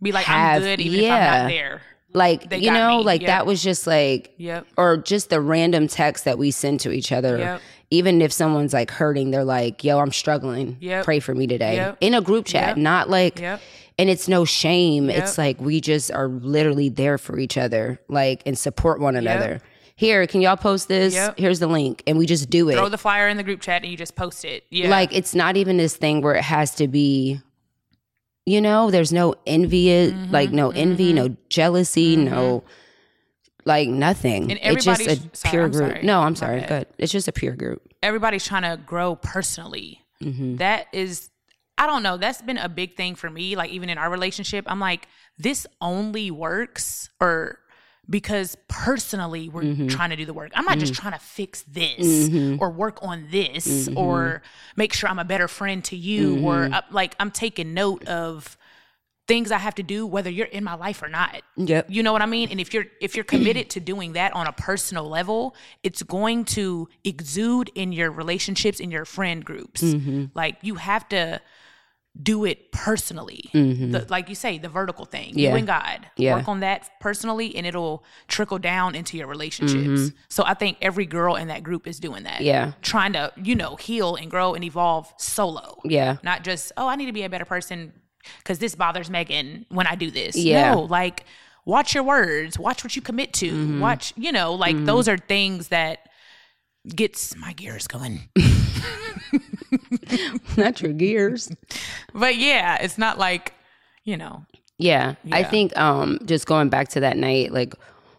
Speaker 1: Be like,
Speaker 2: Have-
Speaker 1: I'm good even if I'm
Speaker 2: yeah.
Speaker 1: not there.
Speaker 2: like
Speaker 1: They
Speaker 2: you
Speaker 1: got
Speaker 2: know
Speaker 1: me.
Speaker 2: like
Speaker 1: Yep.
Speaker 2: that was just like
Speaker 1: Yep.
Speaker 2: or just the random text that we send to each other
Speaker 1: Yep.
Speaker 2: even if someone's like hurting they're like yo i'm struggling
Speaker 1: Yep.
Speaker 2: pray for me today
Speaker 1: Yep.
Speaker 2: in a group chat
Speaker 1: Yep.
Speaker 2: not like
Speaker 1: Yep.
Speaker 2: and it's no shame it's
Speaker 1: Yep.
Speaker 2: like we just are literally there for each other like and support one another here can y'all post this
Speaker 1: Yep.
Speaker 2: here's the link and we just do it
Speaker 1: Throw the flyer in the group chat and you just post it. Yeah.
Speaker 2: like it's not even this thing where it has to be you know there's no envy uh,
Speaker 1: Mm-hmm,
Speaker 2: like no envy no jealousy no like nothing
Speaker 1: And
Speaker 2: it's just a
Speaker 1: everybody's- sorry,
Speaker 2: pure
Speaker 1: I'm
Speaker 2: group
Speaker 1: sorry.
Speaker 2: no i'm
Speaker 1: My
Speaker 2: sorry
Speaker 1: bad.
Speaker 2: good it's just a pure group
Speaker 1: everybody's trying to grow personally. That is, I don't know. That's been a big thing for me. Like even in our relationship, I'm like, this only works or because personally we're trying to do the work. I'm not just trying to fix this or work on this or make sure I'm a better friend to you or uh, like I'm taking note of things I have to do whether you're in my life or not.
Speaker 2: Yep.
Speaker 1: You know what I mean? And if you're if you're committed to doing that on a personal level, it's going to exude in your relationships in your friend groups.
Speaker 2: Mm-hmm.
Speaker 1: Like you have to do it personally. The, like you say, the vertical thing.
Speaker 2: Mm-hmm. Yeah.
Speaker 1: You and God.
Speaker 2: Yeah.
Speaker 1: Work on that personally and it'll trickle down into your relationships. So I think every girl in that group is doing that.
Speaker 2: Mm-hmm. Yeah.
Speaker 1: Trying to, you know, heal and grow and evolve solo
Speaker 2: yeah
Speaker 1: not just oh i need to be a better person because this bothers megan when i do this
Speaker 2: Yeah.
Speaker 1: no like watch your words watch what you commit to
Speaker 2: Mm-hmm.
Speaker 1: watch you know like those are things that gets my gears going
Speaker 2: not your gears
Speaker 1: but yeah it's not like you know
Speaker 2: Yeah. I think um just going back to that night, like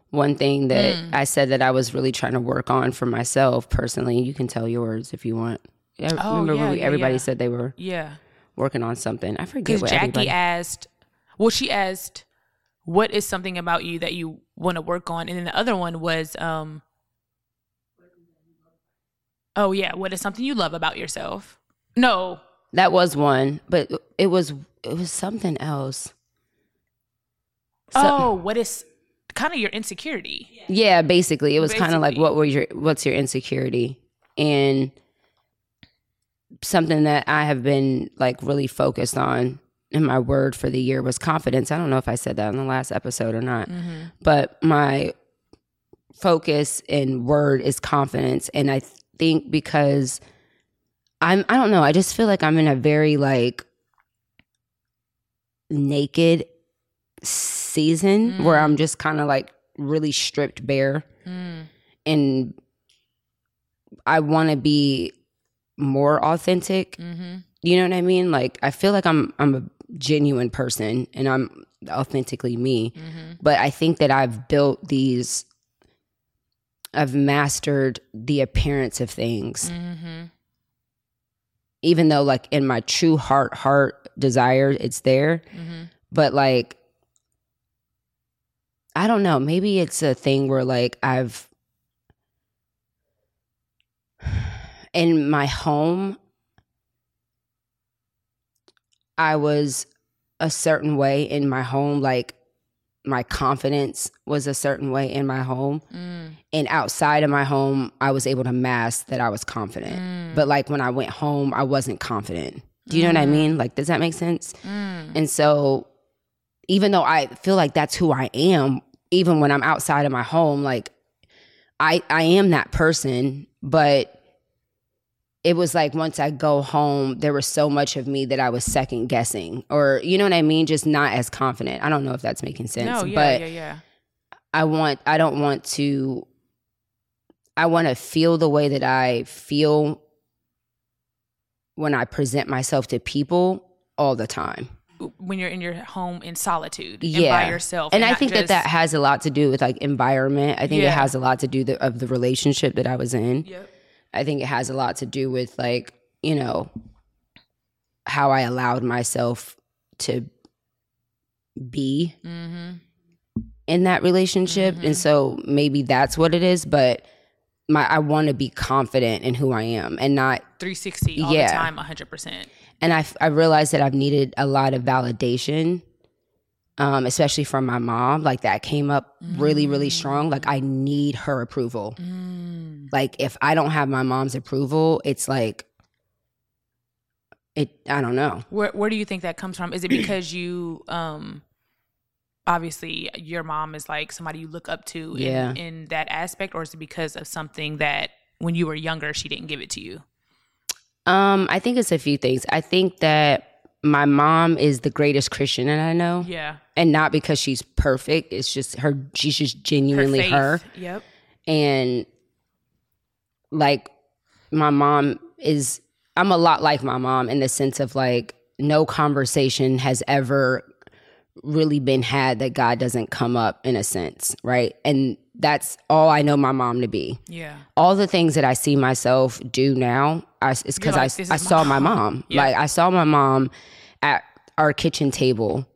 Speaker 2: one thing that
Speaker 1: Mm.
Speaker 2: I said that I was really trying to work on for myself personally, you can tell yours if you want. I remember
Speaker 1: Oh, yeah,
Speaker 2: when we,
Speaker 1: yeah,
Speaker 2: everybody
Speaker 1: yeah.
Speaker 2: said they were
Speaker 1: yeah
Speaker 2: working on something. I forget
Speaker 1: because
Speaker 2: what
Speaker 1: jackie
Speaker 2: everybody.
Speaker 1: asked well she asked what is something about you that you want to work on and then the other one was um oh yeah what is something you love about yourself no
Speaker 2: That was one, but it was it was something else.
Speaker 1: oh, what is kind of your insecurity?
Speaker 2: Yeah, basically, it was kind of like
Speaker 1: Basically.
Speaker 2: what were your what's your insecurity and something that I have been like really focused on. And my word for the year was confidence. I don't know if I said that in the last episode or not,
Speaker 1: Mm-hmm.
Speaker 2: but my focus and word is confidence. And I th- think because I'm I don't know, I just feel like I'm in a very like naked season where I'm just kind of like really stripped bare
Speaker 1: Mm.
Speaker 2: and I want to be more authentic.
Speaker 1: Mm-hmm.
Speaker 2: You know what I mean? Like I feel like I'm I'm a genuine person and I'm authentically me
Speaker 1: Mm-hmm.
Speaker 2: but I think that I've built these, I've mastered the appearance of things,
Speaker 1: Mm-hmm.
Speaker 2: even though, like, in my true heart, heart desire, it's there.
Speaker 1: Mm-hmm.
Speaker 2: But, like, I don't know. Maybe it's a thing where, like, I've, in my home, I was a certain way in my home. Like, my confidence was a certain way in my home.
Speaker 1: Mm.
Speaker 2: and outside of my home, I was able to mask that I was confident.
Speaker 1: Mm.
Speaker 2: But like when I went home, I wasn't confident. Do you know what I mean? Like, does that make sense?
Speaker 1: Mm.
Speaker 2: And so, even though I feel like that's who I am, even when I'm outside of my home, like I I am that person, but it was like once I go home, there was so much of me that I was second guessing, or you know what I mean, just not as confident. I don't know if that's making sense,
Speaker 1: No, yeah,
Speaker 2: but
Speaker 1: yeah, yeah.
Speaker 2: I want I don't want to I want to feel the way that I feel when I present myself to people all the time.
Speaker 1: When you're in your home in solitude and by
Speaker 2: Yeah.
Speaker 1: yourself,
Speaker 2: And I
Speaker 1: not
Speaker 2: think
Speaker 1: just,
Speaker 2: that that has a lot to do with like environment. I think
Speaker 1: Yeah.
Speaker 2: it has a lot to do the, of the relationship that I was in.
Speaker 1: Yep.
Speaker 2: I think it has a lot to do with like, you know, how I allowed myself to be
Speaker 1: Mm-hmm.
Speaker 2: in that relationship and so maybe that's what it is but my I want to be confident in who I am and not
Speaker 1: 360 all
Speaker 2: Yeah.
Speaker 1: the time, 100. percent
Speaker 2: and I I realized that I've needed a lot of validation um especially from my mom like that came up really really strong like I need her approval
Speaker 1: Mm.
Speaker 2: like if I don't have my mom's approval it's like it I don't know
Speaker 1: Where Where do you think that comes from? Is it because you, um, obviously your mom is like somebody you look up to,
Speaker 2: Yeah.
Speaker 1: in, in that aspect, or is it because of something that when you were younger she didn't give it to you?
Speaker 2: um I think it's a few things I think that my mom is the greatest Christian that I know
Speaker 1: Yeah,
Speaker 2: and not because she's perfect. It's just her. She's just genuinely
Speaker 1: faith.
Speaker 2: her,
Speaker 1: Yep.
Speaker 2: and like my mom is. I'm a lot like my mom in the sense of like no conversation has ever really been had that God doesn't come up in a sense, right? And that's all I know my mom to be.
Speaker 1: Yeah.
Speaker 2: All the things that I see myself do now, I, it's because
Speaker 1: like,
Speaker 2: I,
Speaker 1: "This
Speaker 2: I
Speaker 1: is my
Speaker 2: saw my mom.
Speaker 1: Yeah.
Speaker 2: Like I saw my mom at our kitchen table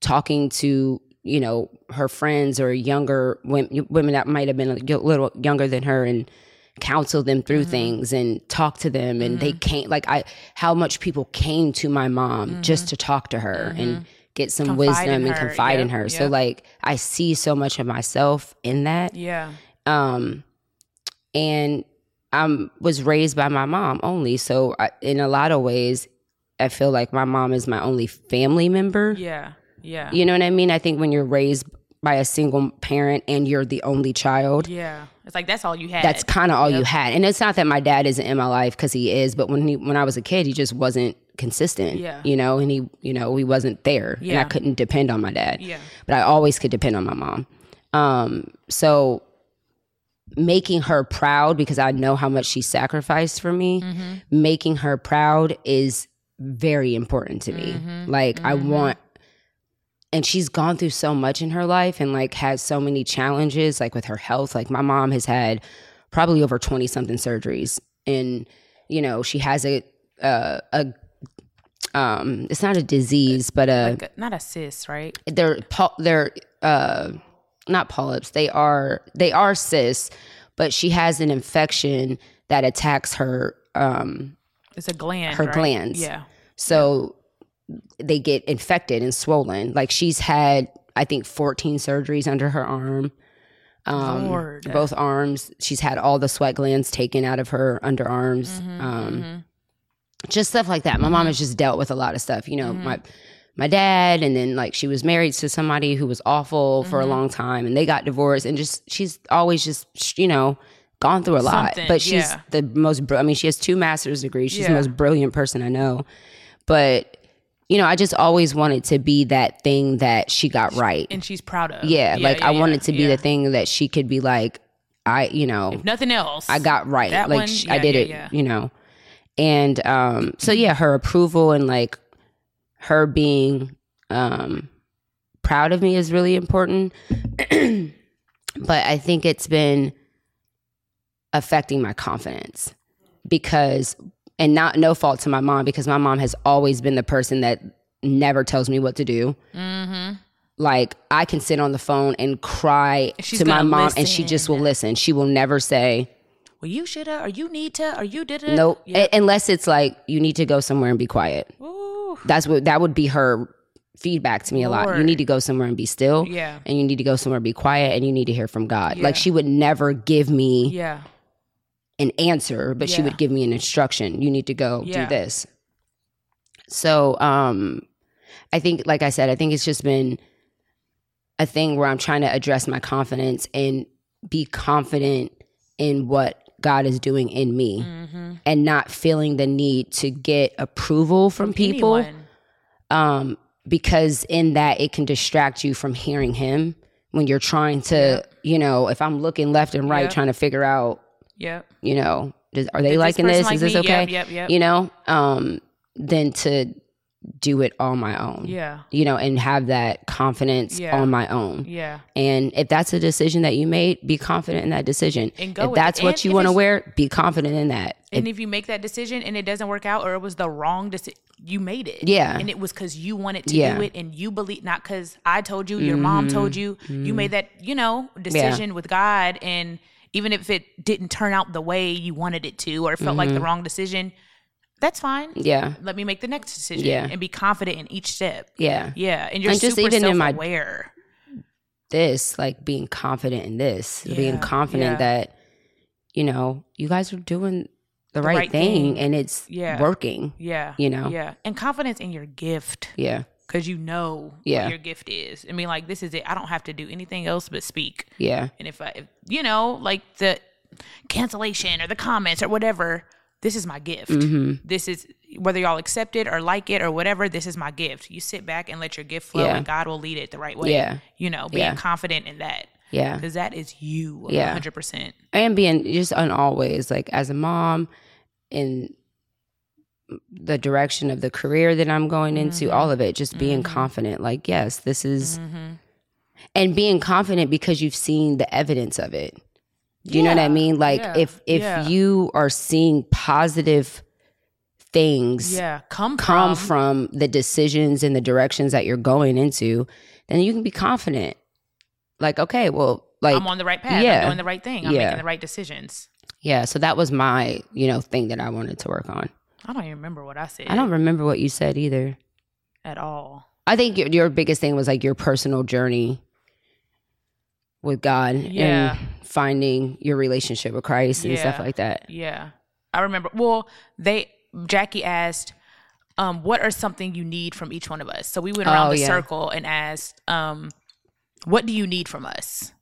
Speaker 2: talking to you know her friends or younger women, women that might have been a y- little younger than her and counsel them through
Speaker 1: Mm-hmm.
Speaker 2: things and talk to them and they came like i how much people came to my mom just to talk to her and get some
Speaker 1: Confide
Speaker 2: wisdom
Speaker 1: in
Speaker 2: and
Speaker 1: Mm-hmm. her.
Speaker 2: confide in
Speaker 1: Yep,
Speaker 2: her so
Speaker 1: yep.
Speaker 2: like i see so much of myself in that
Speaker 1: Yeah.
Speaker 2: um and i was raised by my mom only so I, in a lot of ways i feel like my mom is my only family member
Speaker 1: Yeah. Yeah.
Speaker 2: you know what i mean i think when you're raised by a single parent and you're the only child
Speaker 1: Yeah. It's like that's all you had.
Speaker 2: that's kind of all you had and it's not that my dad isn't in my life because he is but when he when i was a kid he just wasn't consistent
Speaker 1: Yeah.
Speaker 2: you know and he you know he wasn't there and
Speaker 1: Yeah.
Speaker 2: i couldn't depend on my dad
Speaker 1: yeah.
Speaker 2: but I always could depend on my mom. Um, so making her proud because I know how much she sacrificed for me,
Speaker 1: Mm-hmm.
Speaker 2: making her proud is very important to me. Like I want and she's gone through so much in her life and like had so many challenges like with her health. Like my mom has had probably over 20 something surgeries and you know, she has a uh, a um it's not a disease but a
Speaker 1: Like, not a sis, right?
Speaker 2: they're pol- they're uh not polyps they are they are cysts but she has an infection that attacks her um
Speaker 1: It's a gland.
Speaker 2: her
Speaker 1: right?
Speaker 2: glands
Speaker 1: Yeah.
Speaker 2: so they get infected and swollen like she's had i think 14 surgeries under her arm um
Speaker 1: Lord.
Speaker 2: both arms she's had all the sweat glands taken out of her underarms um
Speaker 1: Mhm.
Speaker 2: just stuff like that. My mom has just dealt with a lot of stuff, you know,
Speaker 1: Mm-hmm.
Speaker 2: my my dad and then like she was married to
Speaker 1: Mm-hmm.
Speaker 2: somebody who was awful for a long time and they got divorced and just she's always just you know gone through a lot,
Speaker 1: Something,
Speaker 2: but she's
Speaker 1: yeah.
Speaker 2: the most. Br- I mean, she has two master's degrees. She's the
Speaker 1: Yeah.
Speaker 2: most brilliant person I know. But you know, I just always wanted to be that thing that she got right.
Speaker 1: and she's proud of.
Speaker 2: yeah, like I
Speaker 1: yeah,
Speaker 2: wanted to be
Speaker 1: yeah.
Speaker 2: the thing that she could be like, I, you know,
Speaker 1: Nothing else.
Speaker 2: I got right.
Speaker 1: That
Speaker 2: like
Speaker 1: one,
Speaker 2: sh- I
Speaker 1: yeah,
Speaker 2: did
Speaker 1: yeah,
Speaker 2: it,
Speaker 1: yeah.
Speaker 2: you know. And um so yeah, her approval and like her being um proud of me is really important. but I think it's been affecting my confidence because and not no fault to my mom because my mom has always been the person that never tells me what to do.
Speaker 1: Mm-hmm.
Speaker 2: Like I can sit on the phone and cry
Speaker 1: She's
Speaker 2: to my
Speaker 1: gonna
Speaker 2: mom and she
Speaker 1: listen.
Speaker 2: just will listen. She will never say,
Speaker 1: Well, you shoulda, or you need to, or you did it.
Speaker 2: Nope.
Speaker 1: Yeah.
Speaker 2: A- unless it's like you need to go somewhere and be quiet.
Speaker 1: Ooh.
Speaker 2: That's what that would be her feedback to me a lot. You
Speaker 1: Lord.
Speaker 2: need to go somewhere and be still.
Speaker 1: Yeah.
Speaker 2: And you need to go somewhere and be quiet and you need to hear from God. Like
Speaker 1: Yeah.
Speaker 2: she would never give me
Speaker 1: Yeah.
Speaker 2: an answer, but she
Speaker 1: Yeah.
Speaker 2: would give me an instruction. You need to go
Speaker 1: Yeah.
Speaker 2: do this. So um I think like I said, I think it's just been a thing where I'm trying to address my confidence and be confident in what God is doing in me
Speaker 1: Mm-hmm.
Speaker 2: and not feeling the need to get approval from people
Speaker 1: Anyone.
Speaker 2: um, because in that it can distract you from hearing him when you're trying to you know if i'm looking left and right
Speaker 1: Yep.
Speaker 2: trying to figure out
Speaker 1: Yep.
Speaker 2: you know does, are they
Speaker 1: Did
Speaker 2: liking
Speaker 1: person
Speaker 2: this
Speaker 1: like
Speaker 2: is this
Speaker 1: me?
Speaker 2: okay
Speaker 1: Yep. Yep. Yep.
Speaker 2: you know um, than to do it on my own
Speaker 1: yeah.
Speaker 2: you know and have that confidence
Speaker 1: Yeah.
Speaker 2: on my own
Speaker 1: Yeah.
Speaker 2: and if that's a decision that you made be confident in that decision
Speaker 1: And go
Speaker 2: if
Speaker 1: with it.
Speaker 2: that's what
Speaker 1: And
Speaker 2: you
Speaker 1: if
Speaker 2: want to
Speaker 1: it's-
Speaker 2: wear be confident in that
Speaker 1: And if you make that decision and it doesn't work out, or it was the wrong decision, you made it.
Speaker 2: Yeah.
Speaker 1: And it was because you wanted to
Speaker 2: Yeah. Mm-hmm.
Speaker 1: do it and you believe, not because I told you, your mom told you. You made that, you know, decision with God. And even if it didn't turn out the way you wanted it to, or it felt
Speaker 2: Mm-hmm.
Speaker 1: like the wrong decision, that's fine.
Speaker 2: Mm. yeah
Speaker 1: Let me make the next decision
Speaker 2: Yeah.
Speaker 1: and be confident in each step.
Speaker 2: yeah
Speaker 1: Yeah. And you're
Speaker 2: And just
Speaker 1: super
Speaker 2: even in my-
Speaker 1: self-aware.
Speaker 2: this, like being confident in this,
Speaker 1: Yeah,
Speaker 2: being confident
Speaker 1: yeah.
Speaker 2: that, you know, you guys are doing the, right,
Speaker 1: right
Speaker 2: thing,
Speaker 1: thing.
Speaker 2: and it's
Speaker 1: Yeah.
Speaker 2: working.
Speaker 1: yeah.
Speaker 2: you know?
Speaker 1: Yeah. And confidence in your gift.
Speaker 2: Yeah.
Speaker 1: because you know
Speaker 2: Yeah.
Speaker 1: what your gift is. I mean, like this is it. I don't have to do anything else but speak.
Speaker 2: Yeah.
Speaker 1: And if I, if, you know, like the cancellation or the comments or whatever, this is my gift.
Speaker 2: Mm-hmm.
Speaker 1: This is whether y'all accept it or like it or whatever. This is my gift. You sit back and let your gift flow,
Speaker 2: Yeah.
Speaker 1: and God will lead it the right way.
Speaker 2: Yeah.
Speaker 1: you know, being
Speaker 2: Yeah.
Speaker 1: confident in that
Speaker 2: Yeah.
Speaker 1: because that is you.
Speaker 2: Yeah.
Speaker 1: hundred percent.
Speaker 2: And being just on always, like as a mom in the direction of the career that I'm going into,
Speaker 1: Mm-hmm.
Speaker 2: all of it, just being confident. Like, yes, this is, and being confident because you've seen the evidence of it. Do you know what I
Speaker 1: Yeah,
Speaker 2: mean? Like
Speaker 1: yeah,
Speaker 2: if if
Speaker 1: yeah.
Speaker 2: you are seeing positive things
Speaker 1: Yeah, Um, come
Speaker 2: come
Speaker 1: from,
Speaker 2: from the decisions and the directions that you're going into, then you can be confident. Like, okay, well, like
Speaker 1: I'm on the right path.
Speaker 2: Yeah.
Speaker 1: I'm doing the right thing. I'm
Speaker 2: Yeah.
Speaker 1: making the right decisions.
Speaker 2: yeah, so that was my, you know, thing that I wanted to work on.
Speaker 1: I don't even remember what I said
Speaker 2: I don't remember what you said either.
Speaker 1: at all.
Speaker 2: I think your, your biggest thing was like your personal journey with God
Speaker 1: Yeah.
Speaker 2: and finding your relationship with Christ and stuff
Speaker 1: Yeah.
Speaker 2: like that.
Speaker 1: Yeah. I remember. Well, they Jackie asked, um, what are something you need from each one of us? So we went around
Speaker 2: Oh,
Speaker 1: the
Speaker 2: yeah.
Speaker 1: circle and asked, um, what do you need from us?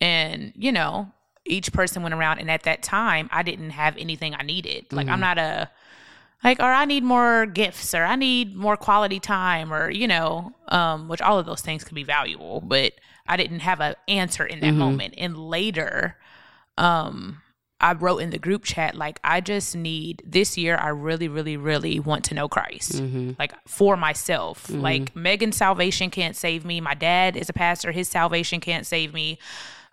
Speaker 1: And, you know, each person went around and at that time I didn't have anything I needed. Like
Speaker 2: Mm-hmm.
Speaker 1: I'm not a like or I need more gifts or I need more quality time or, you know, um, which all of those things could be valuable, but I didn't have an answer in
Speaker 2: Mm-hmm.
Speaker 1: that moment. And later, um I wrote in the group chat like I just need this year I really really really want to know Christ
Speaker 2: Mm. Mm-hmm.
Speaker 1: like for myself like Megan's salvation can't save me my dad is a pastor his salvation can't save me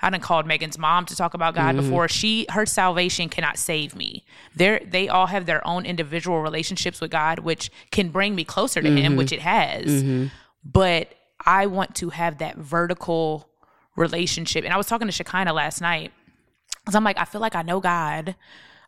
Speaker 1: I done called Megan's mom to talk about God before she her salvation cannot save me they they all have their own individual relationships with God which can bring me closer to him which it has but I want to have that vertical relationship and I was talking to Shekinah last night because I'm like, I feel like I know God.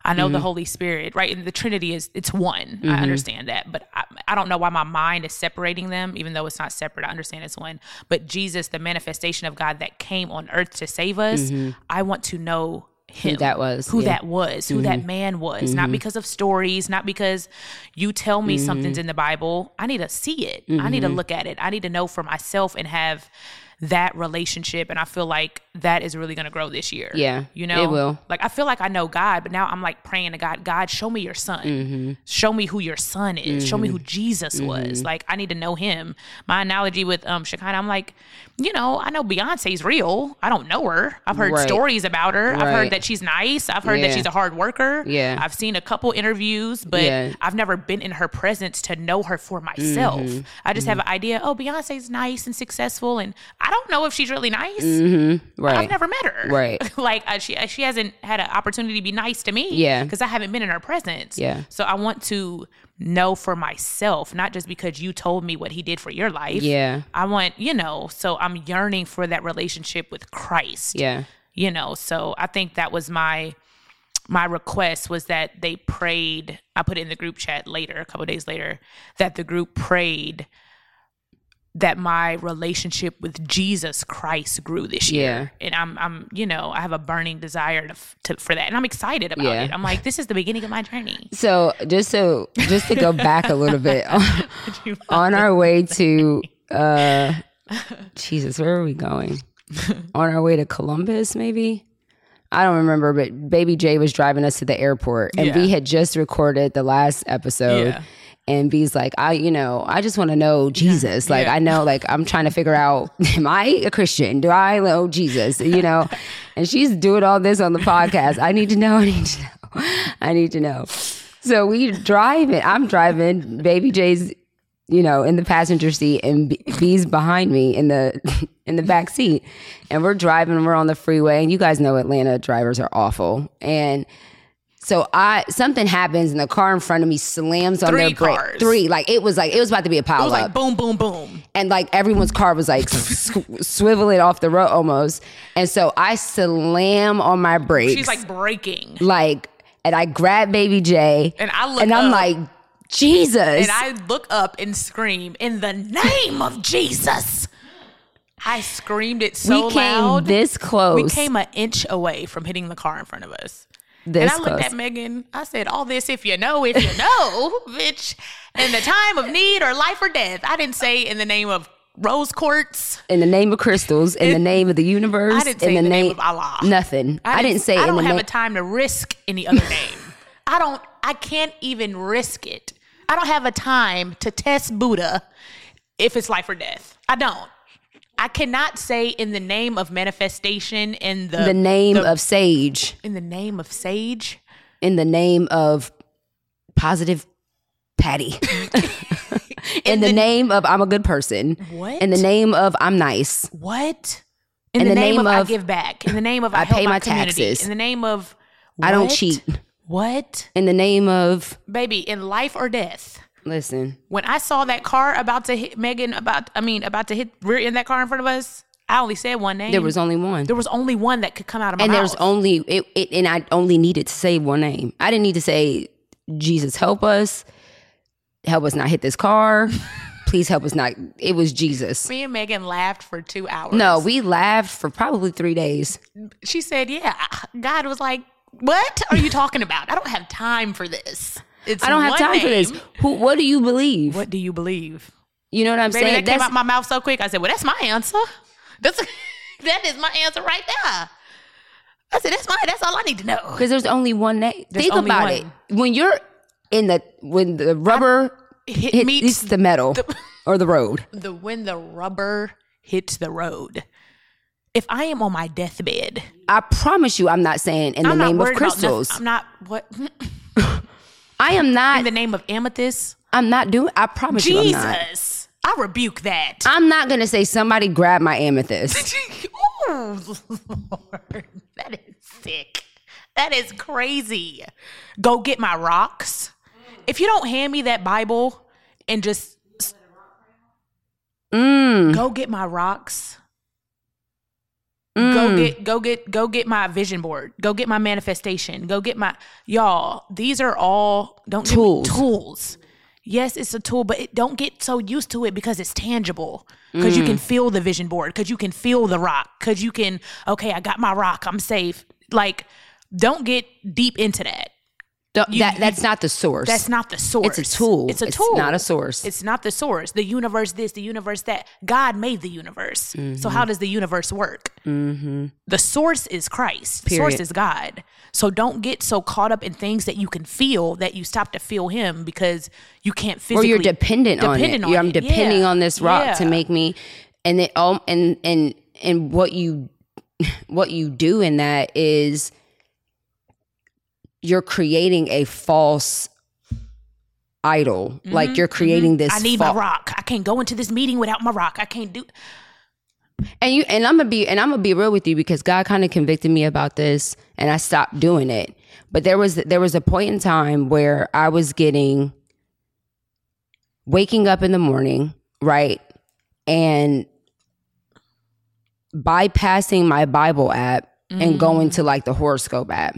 Speaker 1: I know
Speaker 2: Mm-hmm.
Speaker 1: the Holy Spirit, right? And the Trinity is, it's one. I understand that. But I, I don't know why my mind is separating them, even though it's not separate. I understand it's one. But Jesus, the manifestation of God that came on earth to save us, I want to know him.
Speaker 2: Mm-hmm. that was,
Speaker 1: Who
Speaker 2: yeah. Mm-hmm.
Speaker 1: that was, who that man was. Not because of stories, not because you tell
Speaker 2: Mm-hmm.
Speaker 1: me something's in the Bible. I need to see it. I need to look at it. I need to know for myself and have that relationship. And I feel like that is really going to grow this year.
Speaker 2: Yeah,
Speaker 1: You know?
Speaker 2: it will.
Speaker 1: Like, I feel like I know God, but now I'm like praying to God, God, show me your son.
Speaker 2: Mm-hmm.
Speaker 1: Show me who your son is. Show me who Jesus was. Like, I need to know him. My analogy with um Shekinah, I'm like, you know, I know Beyonce's real. I don't know her. I've heard
Speaker 2: Right.
Speaker 1: stories about her. I've
Speaker 2: Right.
Speaker 1: heard that she's nice. I've heard
Speaker 2: Yeah.
Speaker 1: that she's a hard worker.
Speaker 2: Yeah.
Speaker 1: I've seen a couple interviews, but
Speaker 2: Yeah.
Speaker 1: I've never been in her presence to know her for myself.
Speaker 2: Mm-hmm.
Speaker 1: I just have an idea, oh, Beyonce's nice and successful. And I don't know if she's really nice.
Speaker 2: Right.
Speaker 1: I've never met her.
Speaker 2: Right.
Speaker 1: like uh, she uh, she hasn't had an opportunity to be nice to me.
Speaker 2: Yeah.
Speaker 1: Because I haven't been in her presence.
Speaker 2: Yeah.
Speaker 1: So I want to know for myself, not just because you told me what he did for your life.
Speaker 2: Yeah.
Speaker 1: I want you know. So I'm yearning for that relationship with Christ.
Speaker 2: Yeah.
Speaker 1: You know. So I think that was my my request was that they prayed. I put it in the group chat later, a couple days later, that the group prayed that my relationship with Jesus Christ grew this year. And I'm I'm you know, I have a burning desire to, f- to for that. And I'm excited about
Speaker 2: Yeah.
Speaker 1: it. I'm like this is the beginning of my journey.
Speaker 2: So just so just to go back a little bit on,
Speaker 1: you-
Speaker 2: on our way to uh Jesus, where are we going? on our way to Columbus, maybe? I don't remember, but Baby J was driving us to the airport and
Speaker 1: Yeah.
Speaker 2: we had just recorded the last episode.
Speaker 1: Yeah.
Speaker 2: And B's like, I, you know, I just want to know Jesus. Like,
Speaker 1: Yeah.
Speaker 2: I know, like, I'm trying to figure out, am I a Christian? Do I know Jesus? You know, and she's doing all this on the podcast. I need to know. I need to know. I need to know. So we driving. I'm driving. Baby J's, you know, in the passenger seat, and B- B's behind me in the in the back seat. And we're driving. We're on the freeway, and you guys know Atlanta drivers are awful. And so I something happens, and the car in front of me slams on
Speaker 1: Three
Speaker 2: their brake.
Speaker 1: cars.
Speaker 2: Three, like it was like it was about to be a pile
Speaker 1: It was
Speaker 2: up
Speaker 1: like boom boom boom.
Speaker 2: and like everyone's car was like sw- swiveling off the road almost. And so I slam on my brakes,
Speaker 1: She's like breaking.
Speaker 2: like, and I grab baby J,
Speaker 1: And I look
Speaker 2: and I'm
Speaker 1: up.
Speaker 2: like, Jesus,
Speaker 1: And I look up and scream in the name of Jesus. I screamed it so
Speaker 2: we came
Speaker 1: loud.
Speaker 2: this close,
Speaker 1: We came an inch away from hitting the car in front of us.
Speaker 2: this
Speaker 1: and I
Speaker 2: close.
Speaker 1: looked at Megan. I said, "All this, if you know, if you know, bitch, in the time of need or life or death." I didn't say in the name of rose quartz.
Speaker 2: in the name of crystals, in the name of the universe,
Speaker 1: I didn't say
Speaker 2: in the name,
Speaker 1: of Allah.
Speaker 2: nothing. I, didn't say
Speaker 1: I
Speaker 2: in
Speaker 1: don't
Speaker 2: the
Speaker 1: have
Speaker 2: name.
Speaker 1: a time to risk any other name. I don't. I can't even risk it. I don't have a time to test Buddha if it's life or death. I don't. I cannot say in the name of manifestation in the,
Speaker 2: the name of sage,
Speaker 1: in the name of sage.
Speaker 2: in the name of positive Patty, in, the, name of I'm a good person,
Speaker 1: What?
Speaker 2: in the name of I'm nice,
Speaker 1: What? In, the, name, of, I give back. In the name of I, help
Speaker 2: pay my
Speaker 1: community.
Speaker 2: taxes.
Speaker 1: In the name of
Speaker 2: I don't
Speaker 1: what?
Speaker 2: cheat.
Speaker 1: What?
Speaker 2: in the name of
Speaker 1: Baby, in life or death.
Speaker 2: listen
Speaker 1: When I saw that car about to hit Megan about I mean about to hit rear end that car in front of us, I only said one name.
Speaker 2: there was only one
Speaker 1: there was only one that could come out of my
Speaker 2: and
Speaker 1: mouth.
Speaker 2: there's only it, it and i only needed to say one name i didn't need to say jesus help us help us not hit this car please help us not it was jesus
Speaker 1: me and Megan laughed for two hours.
Speaker 2: no we laughed for probably three days
Speaker 1: She said, Yeah. God was like, What are you talking about? I don't have time for this. It's
Speaker 2: i don't have
Speaker 1: one
Speaker 2: time for this
Speaker 1: name.
Speaker 2: who what do you believe
Speaker 1: What do you believe?
Speaker 2: you know what i'm
Speaker 1: Baby,
Speaker 2: saying
Speaker 1: that came
Speaker 2: That's-
Speaker 1: out my mouth so quick. I said, "Well, that's my answer. That's that is my answer right there." I said, "That's my. That's all I need to know."
Speaker 2: Because there's only one name. Think
Speaker 1: only
Speaker 2: about
Speaker 1: one.
Speaker 2: it. When you're in the when the rubber
Speaker 1: Hit,
Speaker 2: hit-
Speaker 1: meets
Speaker 2: hits the metal or the road,
Speaker 1: the when the rubber hits the road. If I am on my deathbed,
Speaker 2: I promise you, I'm not saying in the
Speaker 1: I'm not
Speaker 2: name of
Speaker 1: worried about nothing.
Speaker 2: crystals.
Speaker 1: I'm not what in
Speaker 2: I am not.
Speaker 1: the name of amethyst.
Speaker 2: I'm not doing. I promise you, I'm not.
Speaker 1: Jesus, I rebuke that.
Speaker 2: I'm not gonna say somebody grab my amethyst.
Speaker 1: Ooh, oh, Lord, that is sick. That is crazy. Go get my rocks. If you don't hand me that Bible and just
Speaker 2: Mm.
Speaker 1: go get my rocks.
Speaker 2: Mm.
Speaker 1: Go get go get go get my vision board. Go get my manifestation. Go get my y'all. These are all don't give me-
Speaker 2: Tools.
Speaker 1: tools. Yes, it's a tool, but it, don't get so used to it because it's tangible. Because you can
Speaker 2: Mm.
Speaker 1: feel the vision board. Because you can feel the rock. Because you can okay, I got my rock. I'm safe. Like, don't get deep into that.
Speaker 2: Don't-
Speaker 1: you-
Speaker 2: that,
Speaker 1: you-
Speaker 2: that's not the source.
Speaker 1: That's not the source.
Speaker 2: It's a tool.
Speaker 1: It's a
Speaker 2: It's
Speaker 1: tool.
Speaker 2: not a source.
Speaker 1: It's not the source. The universe, this, the universe, that. God made the universe.
Speaker 2: Mm-hmm.
Speaker 1: So how does the universe work? Mm-hmm. The source is Christ. The source
Speaker 2: Period.
Speaker 1: is God. So don't get so caught up in things that you can feel that you stop to feel Him because you can't
Speaker 2: or
Speaker 1: physically.
Speaker 2: you're dependent on it.
Speaker 1: dependent
Speaker 2: You're- I'm
Speaker 1: it.
Speaker 2: depending
Speaker 1: Yeah.
Speaker 2: on this rock to
Speaker 1: Yeah.
Speaker 2: make me, and then um, and and and what you what you do in that is you're creating a false idol. Like you're creating this.
Speaker 1: Mm-hmm. I need
Speaker 2: fal-
Speaker 1: my rock. I can't go into this meeting without my rock. I can't do.
Speaker 2: And you and I'm gonna be and I'm gonna be real with you because God kind of convicted me about this and I stopped doing it. But there was there was a point in time where I was getting waking up in the morning, right? And bypassing my Bible app and going to like the horoscope app.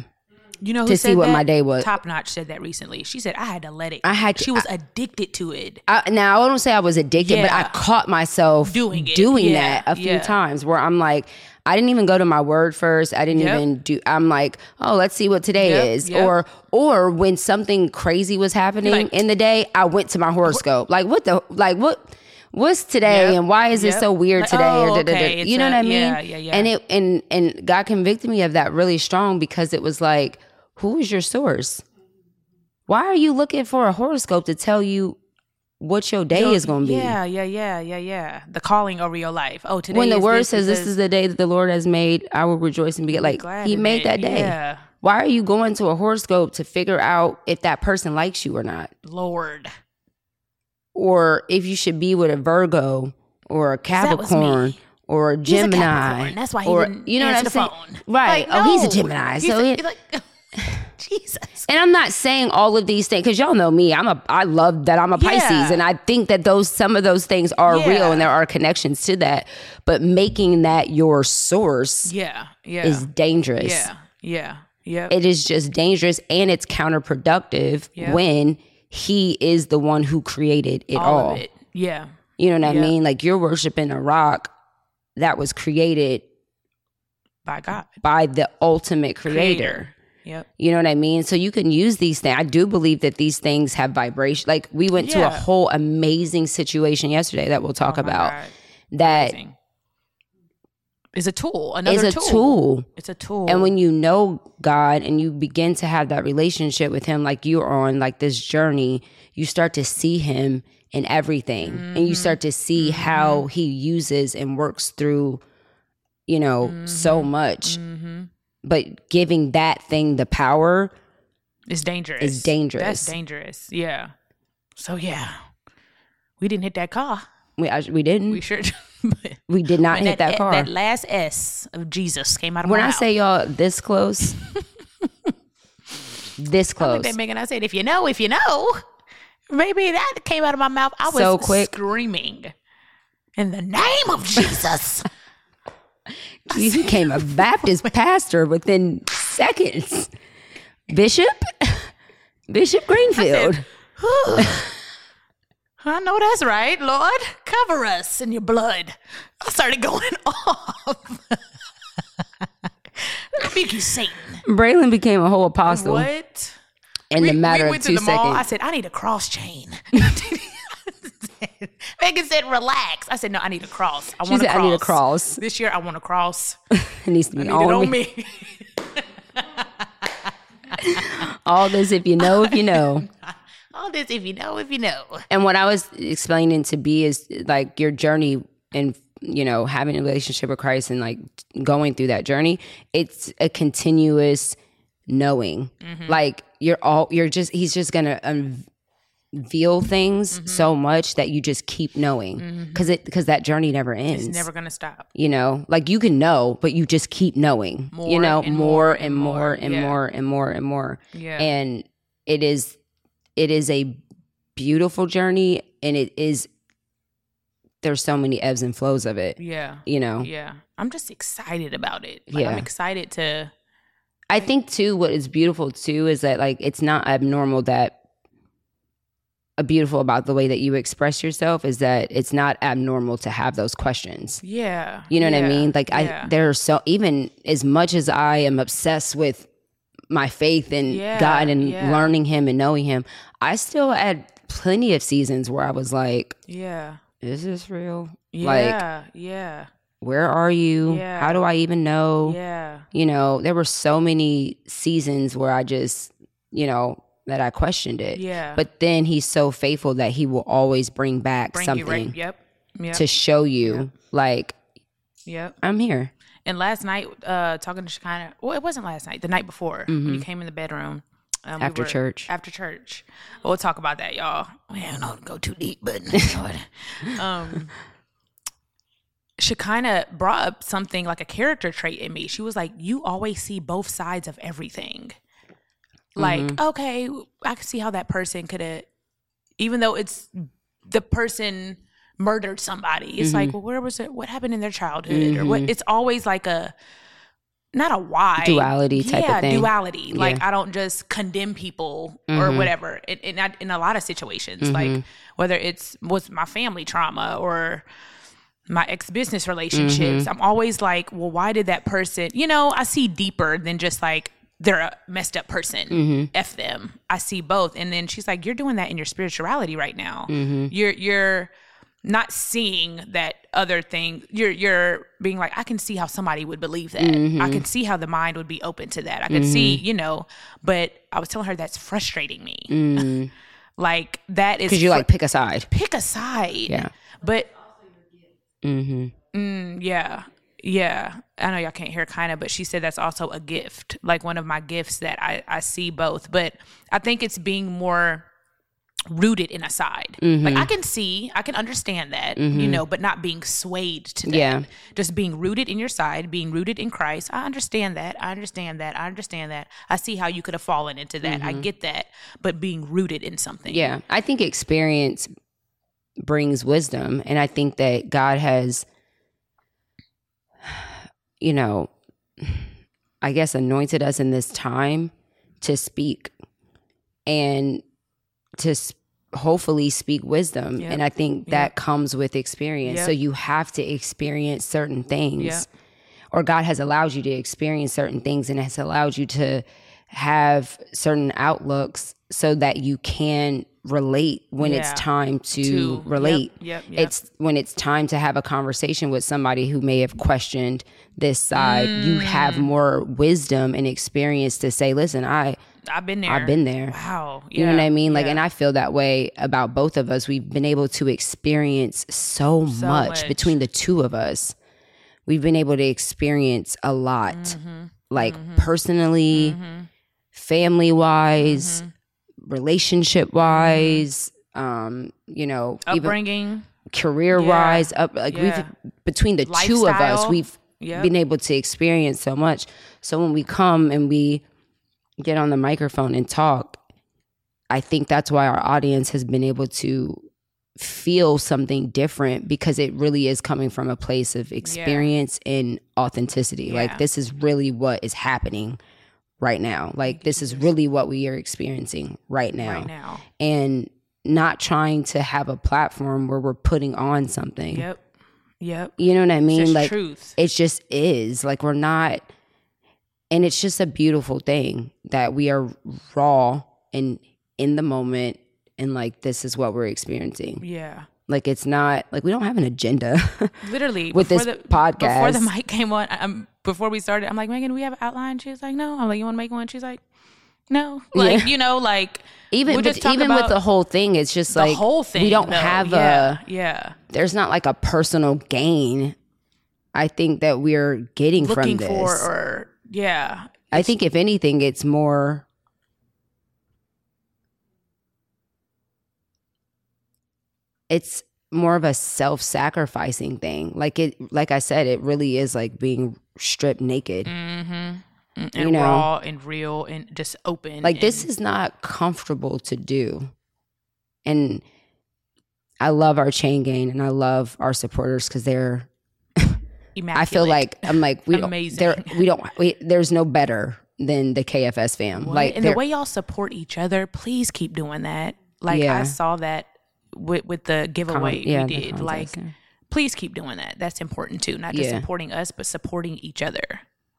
Speaker 1: You know who
Speaker 2: To see
Speaker 1: said
Speaker 2: what
Speaker 1: that?
Speaker 2: my day was.
Speaker 1: Top notch said that recently. She said I had to let it.
Speaker 2: I had to-
Speaker 1: She was addicted to it.
Speaker 2: I, now I don't say I was addicted, but I
Speaker 1: Yeah.
Speaker 2: caught myself
Speaker 1: Doing it. Yeah,
Speaker 2: that a few
Speaker 1: yeah.
Speaker 2: times where I'm like, I didn't even go to my word first. I didn't
Speaker 1: Yep.
Speaker 2: even do. I'm like, oh, let's see what today
Speaker 1: Yep,
Speaker 2: is,
Speaker 1: yep.
Speaker 2: or or when something crazy was happening
Speaker 1: like-
Speaker 2: in the day, I went to my horoscope. Like what the like what. What's today
Speaker 1: Yep,
Speaker 2: and why is it
Speaker 1: yep.
Speaker 2: so weird
Speaker 1: Like,
Speaker 2: today?
Speaker 1: oh,
Speaker 2: da- da- da-
Speaker 1: okay,
Speaker 2: you
Speaker 1: it's
Speaker 2: know
Speaker 1: a-
Speaker 2: what I mean?
Speaker 1: yeah, yeah, yeah.
Speaker 2: And it and and God convicted me of that really strong because it was like, who is your source? Why are you looking for a horoscope to tell you what your day
Speaker 1: Yo,
Speaker 2: is going to be.
Speaker 1: Yeah, yeah, yeah, yeah, yeah. The calling over your life. Oh, today
Speaker 2: When the
Speaker 1: is
Speaker 2: word
Speaker 1: this
Speaker 2: says, "This is the day that the Lord has made," I will rejoice and be like,
Speaker 1: glad
Speaker 2: He
Speaker 1: in
Speaker 2: made
Speaker 1: it."
Speaker 2: that day.
Speaker 1: Yeah.
Speaker 2: Why are you going to a horoscope to figure out if that person likes you or not,
Speaker 1: Lord.
Speaker 2: or if you should be with a Virgo or a
Speaker 1: that was me.
Speaker 2: Capricorn or a
Speaker 1: He's a
Speaker 2: Gemini?
Speaker 1: Capricorn. That's why he
Speaker 2: or,
Speaker 1: didn't
Speaker 2: you know
Speaker 1: answer
Speaker 2: what I'm
Speaker 1: the
Speaker 2: saying?
Speaker 1: phone. Like,
Speaker 2: Right? Oh, he's a
Speaker 1: no.
Speaker 2: Gemini.
Speaker 1: He's
Speaker 2: so
Speaker 1: a-
Speaker 2: it,
Speaker 1: like, Jesus.
Speaker 2: And I'm not saying all of these things because y'all know me. I'm a I love that I'm a
Speaker 1: Yeah.
Speaker 2: Pisces, and I think that those some of those things are
Speaker 1: Yeah.
Speaker 2: real, and there are connections to that. But making that your source
Speaker 1: Yeah, yeah,
Speaker 2: is dangerous.
Speaker 1: yeah, yeah, yeah.
Speaker 2: It is just dangerous, and it's counterproductive
Speaker 1: Yeah.
Speaker 2: when he is the one who created it all.
Speaker 1: of it. Yeah,
Speaker 2: You know what
Speaker 1: Yeah.
Speaker 2: I mean? Like you're worshiping a rock that was created
Speaker 1: by God.
Speaker 2: by the ultimate creator.
Speaker 1: Yep.
Speaker 2: You know what I mean? So you can use these things. I do believe that these things have vibration. Like we went to a
Speaker 1: Yeah.
Speaker 2: whole amazing situation yesterday that we'll talk
Speaker 1: Oh my
Speaker 2: about.
Speaker 1: God.
Speaker 2: That
Speaker 1: Amazing. Is a tool.
Speaker 2: is
Speaker 1: Another
Speaker 2: a tool.
Speaker 1: It's a tool.
Speaker 2: And when you know God and you begin to have that relationship with Him, like you're on like this journey, you start to see Him in everything, and you start
Speaker 1: Mm-hmm.
Speaker 2: to see how He uses and works through, you know, so
Speaker 1: Mm-hmm.
Speaker 2: much. But giving that thing the power.
Speaker 1: It's dangerous.
Speaker 2: It's dangerous.
Speaker 1: That's dangerous. Yeah. So yeah, we didn't hit that car.
Speaker 2: We, I, we didn't.
Speaker 1: We
Speaker 2: We,
Speaker 1: sure. but
Speaker 2: did not hit that, car.
Speaker 1: That last S of Jesus came out of
Speaker 2: When
Speaker 1: my
Speaker 2: I
Speaker 1: mouth.
Speaker 2: say y'all this close, this
Speaker 1: Like
Speaker 2: close.
Speaker 1: that Megan, I said, if you know, if you know, maybe that came out of my mouth. I was
Speaker 2: So quick.
Speaker 1: screaming in the name of Jesus.
Speaker 2: You became a Baptist pastor within seconds. Bishop? Bishop Greenfield.
Speaker 1: Whew. I know that's right, Lord. Cover us in your blood. I started going off. Rebuke you, Satan.
Speaker 2: Braylon became a whole apostle
Speaker 1: What?
Speaker 2: in the
Speaker 1: We-
Speaker 2: matter
Speaker 1: we
Speaker 2: of
Speaker 1: went
Speaker 2: two
Speaker 1: to the mall. I
Speaker 2: seconds.
Speaker 1: said, I need a cross chain. Megan said, relax. I said, no, I need a cross. I
Speaker 2: She
Speaker 1: want
Speaker 2: said,
Speaker 1: a cross.
Speaker 2: I need a cross.
Speaker 1: This year, I want a cross.
Speaker 2: It needs to be
Speaker 1: Need
Speaker 2: on,
Speaker 1: it on
Speaker 2: me.
Speaker 1: me.
Speaker 2: All this, if you know, if you know.
Speaker 1: All this, if you know, if you know.
Speaker 2: and what I was explaining to B is like your journey and you know having a relationship with Christ and like going through that journey. It's a continuous knowing.
Speaker 1: Mm-hmm.
Speaker 2: Like you're all you're just he's just gonna unveil things
Speaker 1: Mm-hmm.
Speaker 2: so much that you just keep knowing because it because that journey never ends.
Speaker 1: It's never going to stop.
Speaker 2: you know, like you can know, but you just keep knowing. you
Speaker 1: More
Speaker 2: know,
Speaker 1: and
Speaker 2: more
Speaker 1: more
Speaker 2: and
Speaker 1: and
Speaker 2: more
Speaker 1: more.
Speaker 2: and
Speaker 1: Yeah.
Speaker 2: more and more and more
Speaker 1: Yeah.
Speaker 2: and it is it is a beautiful journey and it is there's so many ebbs and flows of it
Speaker 1: yeah.
Speaker 2: you know
Speaker 1: Yeah. I'm just excited about it. Like,
Speaker 2: Oh. Yeah.
Speaker 1: I'm excited to.
Speaker 2: i think too what is beautiful too is that like it's not abnormal that a beautiful about the way that you express yourself is that it's not abnormal to have those questions
Speaker 1: Yeah.
Speaker 2: you know what i
Speaker 1: Yeah.
Speaker 2: mean like i
Speaker 1: Yeah.
Speaker 2: there are so even as much as i am obsessed with my faith in
Speaker 1: Yeah,
Speaker 2: God and
Speaker 1: yeah.
Speaker 2: learning Him and knowing Him, I still had plenty of seasons where I was like,
Speaker 1: Yeah.
Speaker 2: "Is this real? Like,
Speaker 1: Yeah. yeah.
Speaker 2: where are you?
Speaker 1: Yeah.
Speaker 2: How do I even know?"
Speaker 1: Yeah.
Speaker 2: You know, there were so many seasons where I just, you know, that I questioned it.
Speaker 1: Yeah.
Speaker 2: But then He's so faithful that He will always bring back
Speaker 1: Bring
Speaker 2: something
Speaker 1: you right. Yep. Yep.
Speaker 2: to show you, like,
Speaker 1: yep.
Speaker 2: I'm here.
Speaker 1: And last night, uh, talking to Shekinah, well, it wasn't last night, the night before, when you came in the bedroom. um, we
Speaker 2: Mm-hmm. After church.
Speaker 1: After church. We'll talk about that, y'all. We don't know to go too deep, but you know what. um, Shekinah brought up something like a character trait in me. She was like, You always see both sides of everything. Like, okay, I can see how that person could have, even though it's the person murdered somebody. It's like, well, where was it? What happened in their childhood? Or what? It's always like a not a why
Speaker 2: Duality type of
Speaker 1: yeah,
Speaker 2: thing. Mm-hmm.
Speaker 1: duality. Like I don't just condemn people or whatever. In in, I- in a lot of situations, like whether it's was my family trauma or my ex business relationships,
Speaker 2: Mm-hmm.
Speaker 1: I'm always like, well, why did that person? You know, I see deeper than just like they're a messed up person.
Speaker 2: Mm-hmm.
Speaker 1: F them. I see both. And then she's like, you're doing that in your spirituality right now.
Speaker 2: Mm-hmm.
Speaker 1: You're you're not seeing that other thing. You're you're being like, I can see how somebody would believe that.
Speaker 2: Mm-hmm.
Speaker 1: I can see how the mind would be open to that. I could see, you know. But I was telling her that's frustrating me. like that is
Speaker 2: Because Mm. you
Speaker 1: fr-
Speaker 2: like pick a side.
Speaker 1: pick a side.
Speaker 2: Yeah.
Speaker 1: But
Speaker 2: Mm-hmm.
Speaker 1: Mm, yeah. Yeah. I know y'all can't hear kind of, but she said that's also a gift, like one of my gifts that I, I see both. But I think it's being more rooted in a side.
Speaker 2: Mm-hmm.
Speaker 1: Like I can see, I can understand that, you know, but not being swayed to that.
Speaker 2: Yeah.
Speaker 1: Just being rooted in your side, being rooted in Christ. I understand that. I understand that. I understand that. I see how you could have fallen into that. I get that. But being rooted in something.
Speaker 2: Mm-hmm. Yeah. I think experience brings wisdom. And I think that God has, you know, I guess anointed us in this time to speak and to s- hopefully speak wisdom.
Speaker 1: Yep.
Speaker 2: And I think that comes with experience.
Speaker 1: Yep.
Speaker 2: So you have to experience certain things.
Speaker 1: Yep.
Speaker 2: Or God has allowed you to experience certain things and has allowed you to have certain outlooks so that you can relate when
Speaker 1: Yeah.
Speaker 2: it's time to,
Speaker 1: To-
Speaker 2: relate.
Speaker 1: yep, yep, yep.
Speaker 2: It's when it's time to have a conversation with somebody who may have questioned this side. You
Speaker 1: Mm.
Speaker 2: have more wisdom and experience to say, listen, I
Speaker 1: I've been there.
Speaker 2: I've been there.
Speaker 1: Wow.
Speaker 2: You know what
Speaker 1: Yeah.
Speaker 2: I mean? Like,
Speaker 1: Yeah.
Speaker 2: and I feel that way about both of us. We've been able to experience so, much,
Speaker 1: much.
Speaker 2: between the two of us. We've been able to experience a lot,
Speaker 1: Mm-hmm.
Speaker 2: like personally, family wise,
Speaker 1: Mm-hmm.
Speaker 2: relationship wise, um, you know, even
Speaker 1: upbringing.
Speaker 2: career wise. Up like
Speaker 1: yeah.
Speaker 2: we've between the two of us,
Speaker 1: Lifestyle.
Speaker 2: we've
Speaker 1: Yep.
Speaker 2: been able to experience so much. So when we come and we get on the microphone and talk, I think that's why our audience has been able to feel something different because it really is coming from a place of experience and authenticity.
Speaker 1: Yeah.
Speaker 2: Like this is really what is happening right now. Like this is really what we are experiencing right now.
Speaker 1: right now.
Speaker 2: And not trying to have a platform where we're putting on something.
Speaker 1: Yep. Yep.
Speaker 2: You know what I mean?
Speaker 1: Just
Speaker 2: like
Speaker 1: truth.
Speaker 2: it just is like we're not and it's just a beautiful thing that we are raw and in the moment and like this is what we're experiencing
Speaker 1: Yeah.
Speaker 2: like it's not like we don't have an agenda
Speaker 1: Literally.
Speaker 2: With
Speaker 1: before
Speaker 2: this
Speaker 1: the, Before
Speaker 2: podcast.
Speaker 1: the mic came on, I- I'm, before we started, I'm like, Megan, do we have an outline? She was like, no. I'm like, you want to make one? She's like, no. Like, you know, like
Speaker 2: even
Speaker 1: We'll
Speaker 2: but
Speaker 1: just talk
Speaker 2: even
Speaker 1: about
Speaker 2: with the whole thing it's just
Speaker 1: the
Speaker 2: like
Speaker 1: whole thing.
Speaker 2: we don't
Speaker 1: though.
Speaker 2: have
Speaker 1: yeah,
Speaker 2: a
Speaker 1: Yeah.
Speaker 2: there's not like a personal gain i think that we're getting
Speaker 1: Looking
Speaker 2: from this
Speaker 1: for or, yeah.
Speaker 2: I think if anything, it's more. It's more of a self-sacrificing thing. Like it, like I said, it really is like being stripped naked.
Speaker 1: Mm, Mm-hmm. And
Speaker 2: You know.
Speaker 1: raw and real and just open.
Speaker 2: Like this
Speaker 1: and-
Speaker 2: is not comfortable to do, and I love our chain gang and I love our supporters because they're. I feel
Speaker 1: immaculate.
Speaker 2: like I'm like we
Speaker 1: Amazing.
Speaker 2: don't. There, we don't. We, there's no better than the KFS fam.
Speaker 1: What?
Speaker 2: Like
Speaker 1: and the
Speaker 2: they're-
Speaker 1: way y'all support each other, please keep doing that. Like I
Speaker 2: Yeah.
Speaker 1: saw that with with the giveaway
Speaker 2: yeah,
Speaker 1: we
Speaker 2: the
Speaker 1: did.
Speaker 2: contest,
Speaker 1: Like,
Speaker 2: yeah.
Speaker 1: please keep doing that. That's important too. Not just
Speaker 2: Yeah.
Speaker 1: supporting us, but supporting each other.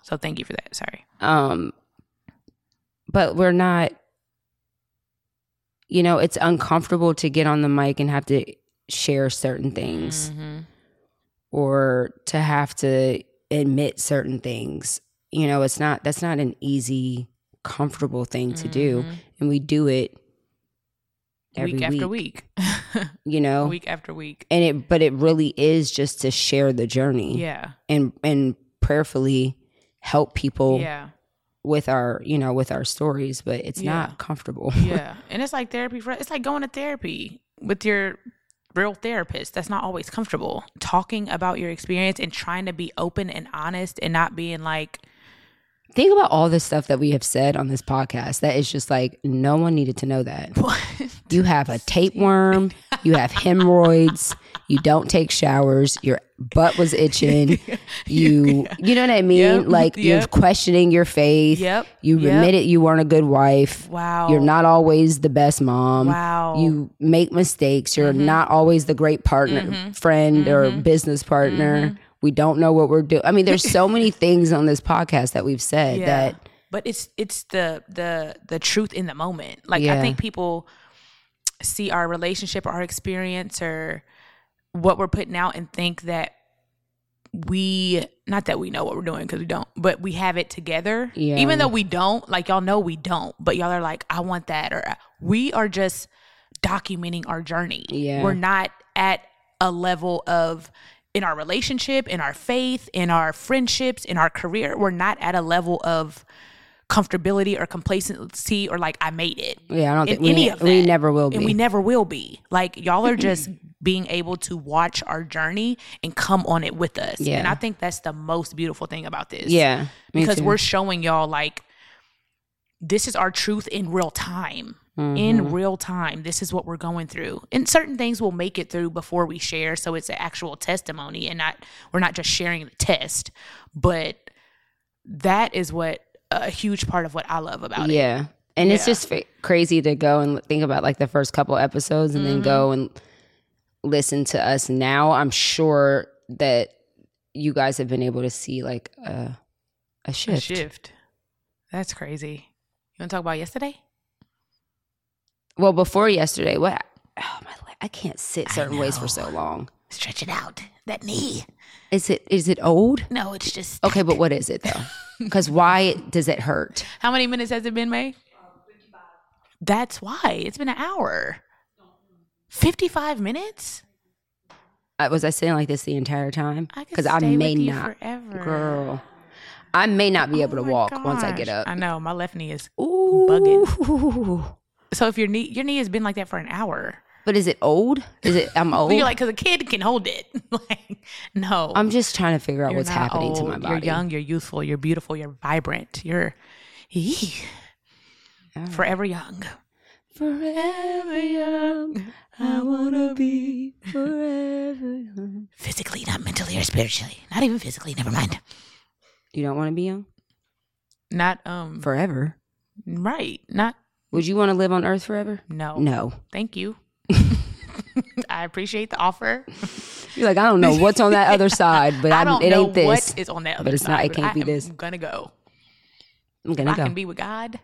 Speaker 1: So thank you for that. Sorry.
Speaker 2: um but we're not you know it's uncomfortable to get on the mic and have to share certain things
Speaker 1: Mm. Mm-hmm.
Speaker 2: or to have to admit certain things you know it's not that's not an easy comfortable thing to do and we do it every
Speaker 1: Mm-hmm. week after week,
Speaker 2: you know
Speaker 1: week after week.
Speaker 2: and it but it really is just to share the journey
Speaker 1: Yeah,
Speaker 2: and and prayerfully help people
Speaker 1: yeah,
Speaker 2: with our you know with our stories but it's
Speaker 1: Yeah.
Speaker 2: not comfortable
Speaker 1: yeah. and it's like therapy for it's like going to therapy with your real therapist. That's not always comfortable. Talking about your experience and trying to be open and honest and not being like,
Speaker 2: think about all the stuff that we have said on this podcast that is just like no one needed to know that you have a tapeworm you have hemorrhoids you don't take showers your butt was itching you you know what i mean
Speaker 1: Yep,
Speaker 2: like you're
Speaker 1: yep.
Speaker 2: questioning your faith
Speaker 1: Yep,
Speaker 2: you
Speaker 1: yep.
Speaker 2: admitted you weren't a good wife
Speaker 1: wow,
Speaker 2: You're not always the best mom.
Speaker 1: Wow.
Speaker 2: You make mistakes. You're
Speaker 1: Mm-hmm.
Speaker 2: not always the great partner, friend, or business partner.
Speaker 1: Mm-hmm.
Speaker 2: We don't know what we're doing. I mean, there's so many things on this podcast that we've said that
Speaker 1: but it's it's the the the truth in the moment like i
Speaker 2: Yeah.
Speaker 1: think people see our relationship or our experience or what we're putting out and think that we not that we know what we're doing because we don't but we have it together
Speaker 2: Yeah.
Speaker 1: even though we don't like y'all know we don't but y'all are like i want that or we are just documenting our journey
Speaker 2: Yeah.
Speaker 1: we're not at a level of in our relationship in our faith in our friendships in our career we're not at a level of comfortability or complacency or like i made it
Speaker 2: yeah, I don't
Speaker 1: in
Speaker 2: think we,
Speaker 1: any of
Speaker 2: we
Speaker 1: that.
Speaker 2: never will
Speaker 1: and we
Speaker 2: be.
Speaker 1: never will be. Like y'all are just being able to watch our journey and come on it with us.
Speaker 2: Yeah.
Speaker 1: And I think that's the most beautiful thing about this.
Speaker 2: yeah, me
Speaker 1: Because
Speaker 2: too.
Speaker 1: we're showing y'all like this is our truth in real time. In real time, this is what we're going through. And certain things we'll make it through before we share, so it's an actual testimony and not we're not just sharing the test. But that is what a huge part of what I love about it.
Speaker 2: yeah, and it's
Speaker 1: Yeah.
Speaker 2: just fa- crazy to go and think about like the first couple episodes and then
Speaker 1: Mm-hmm.
Speaker 2: go and listen to us now. I'm sure that you guys have been able to see like a a
Speaker 1: A
Speaker 2: shift.
Speaker 1: shift. That's crazy. You want to talk about yesterday?
Speaker 2: Well, before yesterday, what? Oh my! le- I can't sit certain ways for so long.
Speaker 1: Stretch it out. That knee.
Speaker 2: Is it is it old?
Speaker 1: No, it's just.
Speaker 2: Okay, but what is it though? Because why does it hurt?
Speaker 1: How many minutes has it been, May? That's why. It's been an hour. 55 minutes?
Speaker 2: Uh, was I sitting like this the entire time?
Speaker 1: I could
Speaker 2: Because I
Speaker 1: stay
Speaker 2: may
Speaker 1: with you
Speaker 2: not,
Speaker 1: forever.
Speaker 2: girl. I may not be able to
Speaker 1: Oh my
Speaker 2: walk once I get
Speaker 1: gosh.
Speaker 2: up.
Speaker 1: I know. My left knee is.
Speaker 2: Ooh.
Speaker 1: So if your knee, your knee has been like that for an hour.
Speaker 2: But is it old? Is it? I'm old.
Speaker 1: But you're like, because a kid can hold it. like, no.
Speaker 2: Oh. I'm just trying to figure out
Speaker 1: You're
Speaker 2: what's
Speaker 1: not
Speaker 2: happening to my
Speaker 1: old.
Speaker 2: body.
Speaker 1: You're young, you're youthful, you're beautiful, you're vibrant, you're Eek. forever young.
Speaker 2: Forever young, I wanna be forever young.
Speaker 1: Physically, not mentally or spiritually. Not even physically, never mind.
Speaker 2: You don't want to be young
Speaker 1: Not um
Speaker 2: forever.
Speaker 1: right. Not
Speaker 2: Would you want to live on Earth forever?
Speaker 1: no.
Speaker 2: No.
Speaker 1: Thank you. I appreciate the offer.
Speaker 2: You're like, I don't know what's on that other side, but
Speaker 1: I
Speaker 2: I
Speaker 1: don't
Speaker 2: it
Speaker 1: know
Speaker 2: ain't this.
Speaker 1: what is on that other
Speaker 2: but it's not-
Speaker 1: side,
Speaker 2: it can't
Speaker 1: I
Speaker 2: be
Speaker 1: am
Speaker 2: this.
Speaker 1: gonna go.
Speaker 2: I'm
Speaker 1: I
Speaker 2: gonna go.
Speaker 1: can be with God.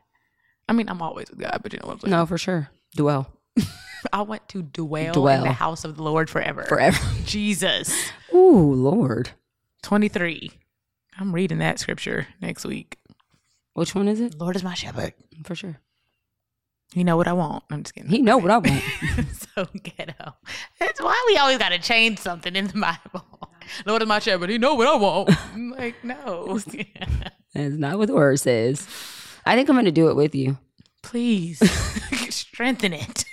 Speaker 1: I mean, I'm always with God, but you know what I'm saying.
Speaker 2: no, for sure. Dwell
Speaker 1: I want to dwell, in
Speaker 2: Dwell.
Speaker 1: the house of the Lord forever.
Speaker 2: forever.
Speaker 1: Jesus.
Speaker 2: Ooh, Lord.
Speaker 1: 23. I'm reading that scripture next week.
Speaker 2: Which one is it?
Speaker 1: Lord is my shepherd.
Speaker 2: For sure.
Speaker 1: You know what I want. I'm just kidding.
Speaker 2: He know what I want.
Speaker 1: so ghetto. That's why we always gotta change something in the Bible. Lord is my shepherd. He know what I want. I'm like, no.
Speaker 2: That's not what the word says. I think I'm gonna do it with you.
Speaker 1: Please strengthen it.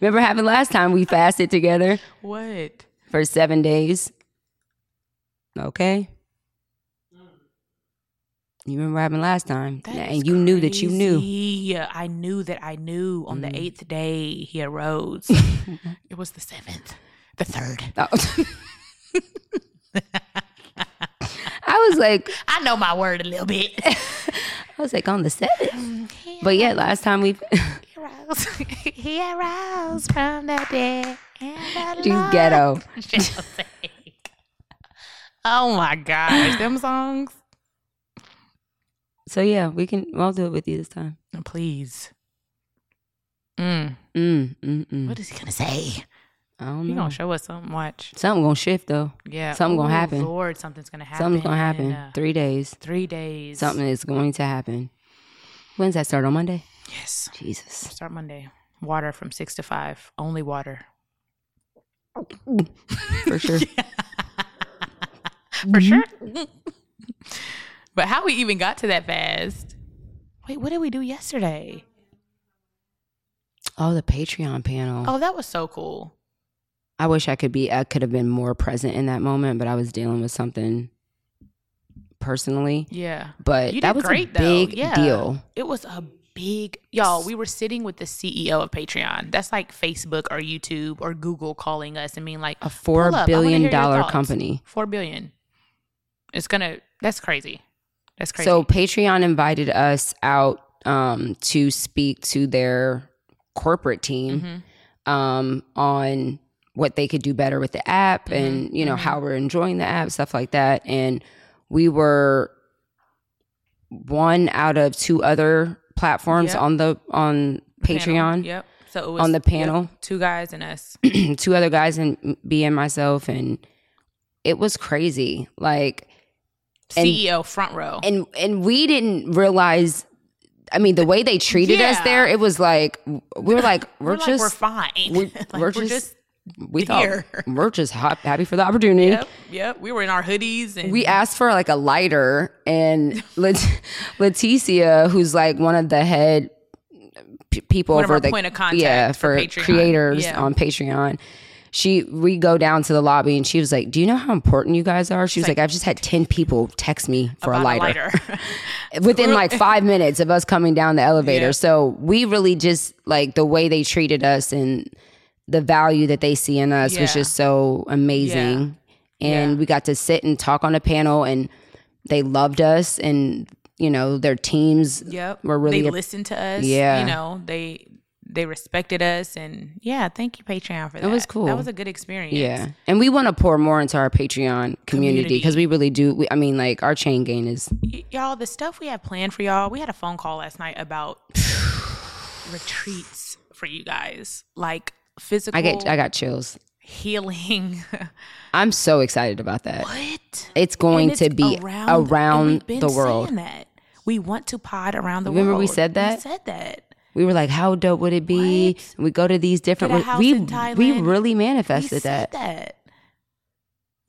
Speaker 2: Remember having last time we fasted together
Speaker 1: what?
Speaker 2: for seven days? Okay. You remember what happened last time,
Speaker 1: Mm. That is
Speaker 2: and you knew that you knew. Mm.
Speaker 1: crazy. I knew that I knew on the eighth day he arose. it was the seventh, the third.
Speaker 2: Oh. I was like,
Speaker 1: I know my word a little bit.
Speaker 2: I was like on the seventh. But yeah, last time we
Speaker 1: He arose. he arose from the dead. and the
Speaker 2: she's
Speaker 1: Lord
Speaker 2: ghetto.
Speaker 1: shall sing. oh my gosh, them songs.
Speaker 2: So yeah, we can. I'll do it with you this time.
Speaker 1: Please.
Speaker 2: Mm, mm, mm.
Speaker 1: What is he gonna say?
Speaker 2: I don't
Speaker 1: He
Speaker 2: know.
Speaker 1: gonna show us something. Watch.
Speaker 2: Something gonna shift though.
Speaker 1: Yeah.
Speaker 2: Something gonna
Speaker 1: Ooh,
Speaker 2: happen.
Speaker 1: Lord, something's gonna happen.
Speaker 2: Something's gonna
Speaker 1: in,
Speaker 2: happen.
Speaker 1: uh,
Speaker 2: Three days.
Speaker 1: three days.
Speaker 2: Something is going to happen. When's that start on Monday?
Speaker 1: Yes.
Speaker 2: Jesus.
Speaker 1: Start Monday. Water from six to five. Only water.
Speaker 2: For sure. Mm-hmm.
Speaker 1: For sure. but how we even got to that fast? Wait, what did we do yesterday?
Speaker 2: Oh, the Patreon panel.
Speaker 1: Oh, that was so cool.
Speaker 2: I wish I could be, I could have been more present in that moment, but I was dealing with something personally.
Speaker 1: Yeah.
Speaker 2: But
Speaker 1: You
Speaker 2: that
Speaker 1: did
Speaker 2: was
Speaker 1: great,
Speaker 2: a big
Speaker 1: though. Yeah.
Speaker 2: deal.
Speaker 1: It was a big y'all. We were sitting with the CEO of Patreon. That's like Facebook or YouTube or Google calling us and being like
Speaker 2: A four
Speaker 1: "Pull up. I wanna hear
Speaker 2: billion
Speaker 1: your
Speaker 2: dollar
Speaker 1: thoughts."
Speaker 2: company.
Speaker 1: Four billion. It's gonna. That's crazy. That's crazy.
Speaker 2: So Patreon invited us out um, to speak to their corporate team
Speaker 1: Mhm.
Speaker 2: um, on what they could do better with the app
Speaker 1: Mm-hmm.
Speaker 2: and you know how we're enjoying the app, stuff like that. And we were one out of two other platforms
Speaker 1: Yep.
Speaker 2: on the on
Speaker 1: Panel.
Speaker 2: Patreon.
Speaker 1: Yep. So it was
Speaker 2: on the
Speaker 1: yep,
Speaker 2: panel.
Speaker 1: two guys and us.
Speaker 2: two other guys and B and myself, and it was crazy. Like
Speaker 1: CEO E front row.
Speaker 2: and and we didn't realize i mean the way they treated us
Speaker 1: Yeah.
Speaker 2: there it was like we were like we're,
Speaker 1: we're, like
Speaker 2: just
Speaker 1: we're fine.
Speaker 2: we're-
Speaker 1: Like,
Speaker 2: we're just we
Speaker 1: here.
Speaker 2: thought we're just hop, happy for the opportunity
Speaker 1: Yep. Yep. We were in our hoodies and
Speaker 2: we asked for like a lighter and Lat- leticia who's like one of the head p- people
Speaker 1: One of
Speaker 2: for
Speaker 1: our
Speaker 2: the
Speaker 1: point of contact
Speaker 2: yeah
Speaker 1: for
Speaker 2: for,
Speaker 1: Patreon.
Speaker 2: creators
Speaker 1: Yeah.
Speaker 2: on patreon she we go down to the lobby and she was like do you know how important you guys are she was like, i've just had 10 people text me for
Speaker 1: bought a
Speaker 2: a lighter
Speaker 1: lighter.
Speaker 2: within like five minutes of us coming down the elevator.
Speaker 1: eh. Yeah.
Speaker 2: So we really just like the way they treated us and the value that they see in us was
Speaker 1: Yeah.
Speaker 2: just so amazing. And
Speaker 1: Yeah.
Speaker 2: we got to sit and talk on a panel, and they loved us, and you know their teams.
Speaker 1: Yep.
Speaker 2: were really
Speaker 1: they
Speaker 2: a-
Speaker 1: listened to us.
Speaker 2: Yeah.
Speaker 1: You know, they they respected us and yeah, thank you, Patreon, for that.
Speaker 2: was cool.
Speaker 1: That was a good experience.
Speaker 2: Yeah, and we want to pour more into our Patreon community because we really do. We, I mean, like our chain gain is
Speaker 1: Y- y'all, the stuff we have planned for y'all, we had a phone call last night about retreats for you guys. Like physical
Speaker 2: I get I got chills.
Speaker 1: healing.
Speaker 2: I'm so excited about that.
Speaker 1: what?
Speaker 2: It's going
Speaker 1: And it's
Speaker 2: to be around,
Speaker 1: and we've been
Speaker 2: the world.
Speaker 1: saying that. We want to pod around the
Speaker 2: Remember
Speaker 1: world.
Speaker 2: we said that?
Speaker 1: We said that.
Speaker 2: We were like, how dope would it be?
Speaker 1: What?
Speaker 2: And we go to these different.
Speaker 1: Get a house
Speaker 2: we
Speaker 1: in Thailand.
Speaker 2: we really
Speaker 1: We
Speaker 2: manifested
Speaker 1: said
Speaker 2: that.
Speaker 1: that.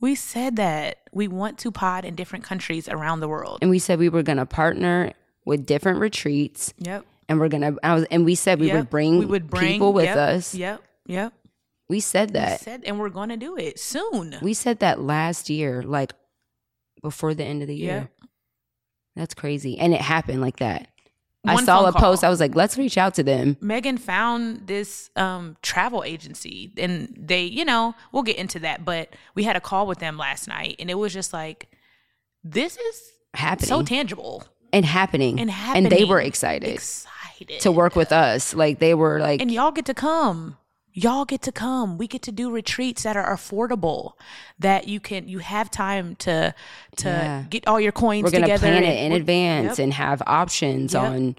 Speaker 1: We said that. We want to pod in different countries around the world.
Speaker 2: and we said we were gonna partner with different retreats,
Speaker 1: Yep.
Speaker 2: and we're gonna. I was, and we said we
Speaker 1: yep.
Speaker 2: would bring
Speaker 1: we would bring
Speaker 2: people with
Speaker 1: yep,
Speaker 2: us.
Speaker 1: Yep. Yep.
Speaker 2: We said
Speaker 1: We
Speaker 2: that.
Speaker 1: said, and we're going to do it soon.
Speaker 2: We said that last year, like before the end of the
Speaker 1: Yeah.
Speaker 2: year. That's crazy, and it happened like that. I
Speaker 1: One
Speaker 2: saw
Speaker 1: phone
Speaker 2: a post.
Speaker 1: call.
Speaker 2: I was like, let's reach out to them.
Speaker 1: Megan found this um, travel agency, and they, you know, we'll get into that, but we had a call with them last night, and it was just like, this is
Speaker 2: Happening
Speaker 1: so tangible
Speaker 2: and
Speaker 1: and
Speaker 2: happening and
Speaker 1: happening.
Speaker 2: they were excited
Speaker 1: excited
Speaker 2: to work with us. Like they were like,
Speaker 1: and y'all get to come y'all get to come we get to do retreats that are affordable that you can you have time to to
Speaker 2: Yeah.
Speaker 1: get all your coins
Speaker 2: we're going to
Speaker 1: together
Speaker 2: plan it
Speaker 1: and
Speaker 2: in
Speaker 1: we're-
Speaker 2: advance
Speaker 1: Yep.
Speaker 2: and have options
Speaker 1: Yep.
Speaker 2: on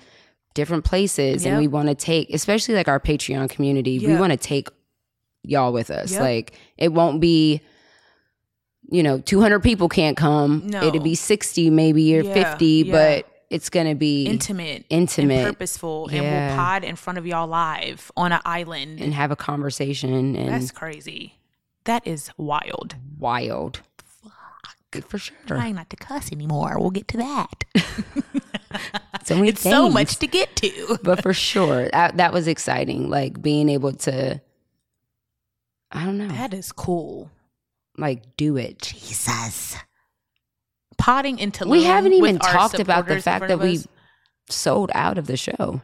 Speaker 2: different places and
Speaker 1: Yep.
Speaker 2: we want to take especially like our patreon community we
Speaker 1: Yep.
Speaker 2: want to take y'all with us
Speaker 1: Yep.
Speaker 2: like it won't be you know 200 people can't come
Speaker 1: No.
Speaker 2: it'll be 60 maybe or
Speaker 1: Yeah,
Speaker 2: 50
Speaker 1: yeah.
Speaker 2: but it's going to be
Speaker 1: intimate
Speaker 2: intimate.
Speaker 1: and purposeful and
Speaker 2: Yeah.
Speaker 1: we'll pod in front of y'all live on an island
Speaker 2: and have a conversation and
Speaker 1: that's crazy that is wild
Speaker 2: wild for sure
Speaker 1: trying not to cuss anymore we'll get to that
Speaker 2: so many
Speaker 1: it's so
Speaker 2: things.
Speaker 1: much to get to
Speaker 2: but for sure that, that was exciting like being able to i don't know
Speaker 1: that is cool
Speaker 2: like do it
Speaker 1: jesus potting into
Speaker 2: we haven't even talked about the fact that we sold out of the show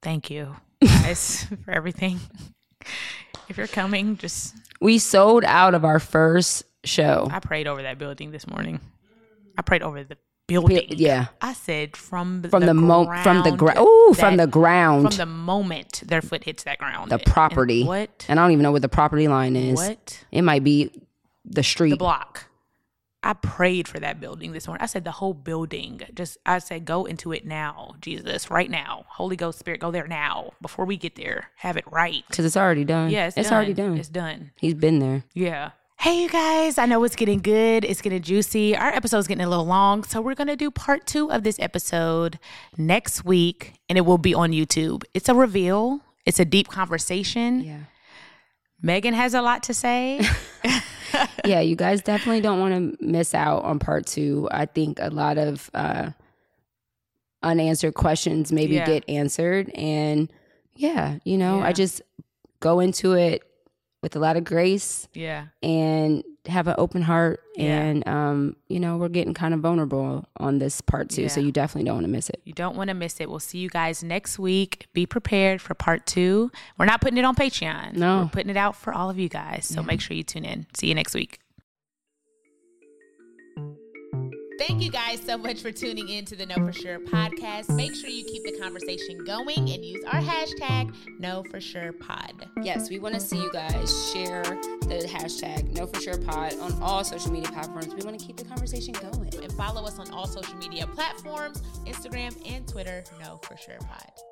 Speaker 1: Thank you guys for everything. If you're coming, just
Speaker 2: we sold out of our first show
Speaker 1: I prayed over that building this morning. I prayed over the building.
Speaker 2: yeah.
Speaker 1: I said from
Speaker 2: from the, mo- from the ground
Speaker 1: Oh,
Speaker 2: oh from the ground
Speaker 1: from the moment their foot hits that ground.
Speaker 2: the
Speaker 1: And
Speaker 2: property
Speaker 1: what?
Speaker 2: and i don't even know what the property line is
Speaker 1: what?
Speaker 2: it might be the street
Speaker 1: The block. I prayed for that building this morning. I said the whole building. Just I said go into it now, Jesus, right now. Holy Ghost Spirit, go there now before we get there. Have it right.
Speaker 2: because it's already done.
Speaker 1: Yeah, it's,
Speaker 2: it's already done.
Speaker 1: It's done.
Speaker 2: He's been there.
Speaker 1: Yeah. Hey, you guys, I know it's getting good. It's getting juicy. Our episode's getting a little long. So, we're going to do part two of this episode next week, and it will be on YouTube. It's a reveal, it's a deep conversation.
Speaker 2: Yeah.
Speaker 1: Megan has a lot to say.
Speaker 2: yeah, you guys definitely don't want to miss out on part two. I think a lot of uh, unanswered questions maybe
Speaker 1: Yeah.
Speaker 2: get answered. And yeah, you know,
Speaker 1: Yeah.
Speaker 2: I just go into it with a lot of grace
Speaker 1: yeah.
Speaker 2: and have an open heart.
Speaker 1: Yeah.
Speaker 2: And, um, you know, we're getting kind of vulnerable on this part two. So
Speaker 1: Yeah.
Speaker 2: you definitely don't want to miss it.
Speaker 1: You don't want to miss it. We'll see you guys next week. Be prepared for part two. We're not putting it on Patreon.
Speaker 2: No.
Speaker 1: We're putting it out for all of you guys. So make sure you tune in. See you next week. Thank you guys so much for tuning in to the Know For Sure podcast. Make sure you keep the conversation going and use our hashtag Know For Sure Pod.
Speaker 2: Yes, we want to see you guys share the hashtag No For Sure Pod on all social media platforms. We want to keep the conversation going.
Speaker 1: And follow us on all social media platforms Instagram and Twitter, Know For Sure Pod.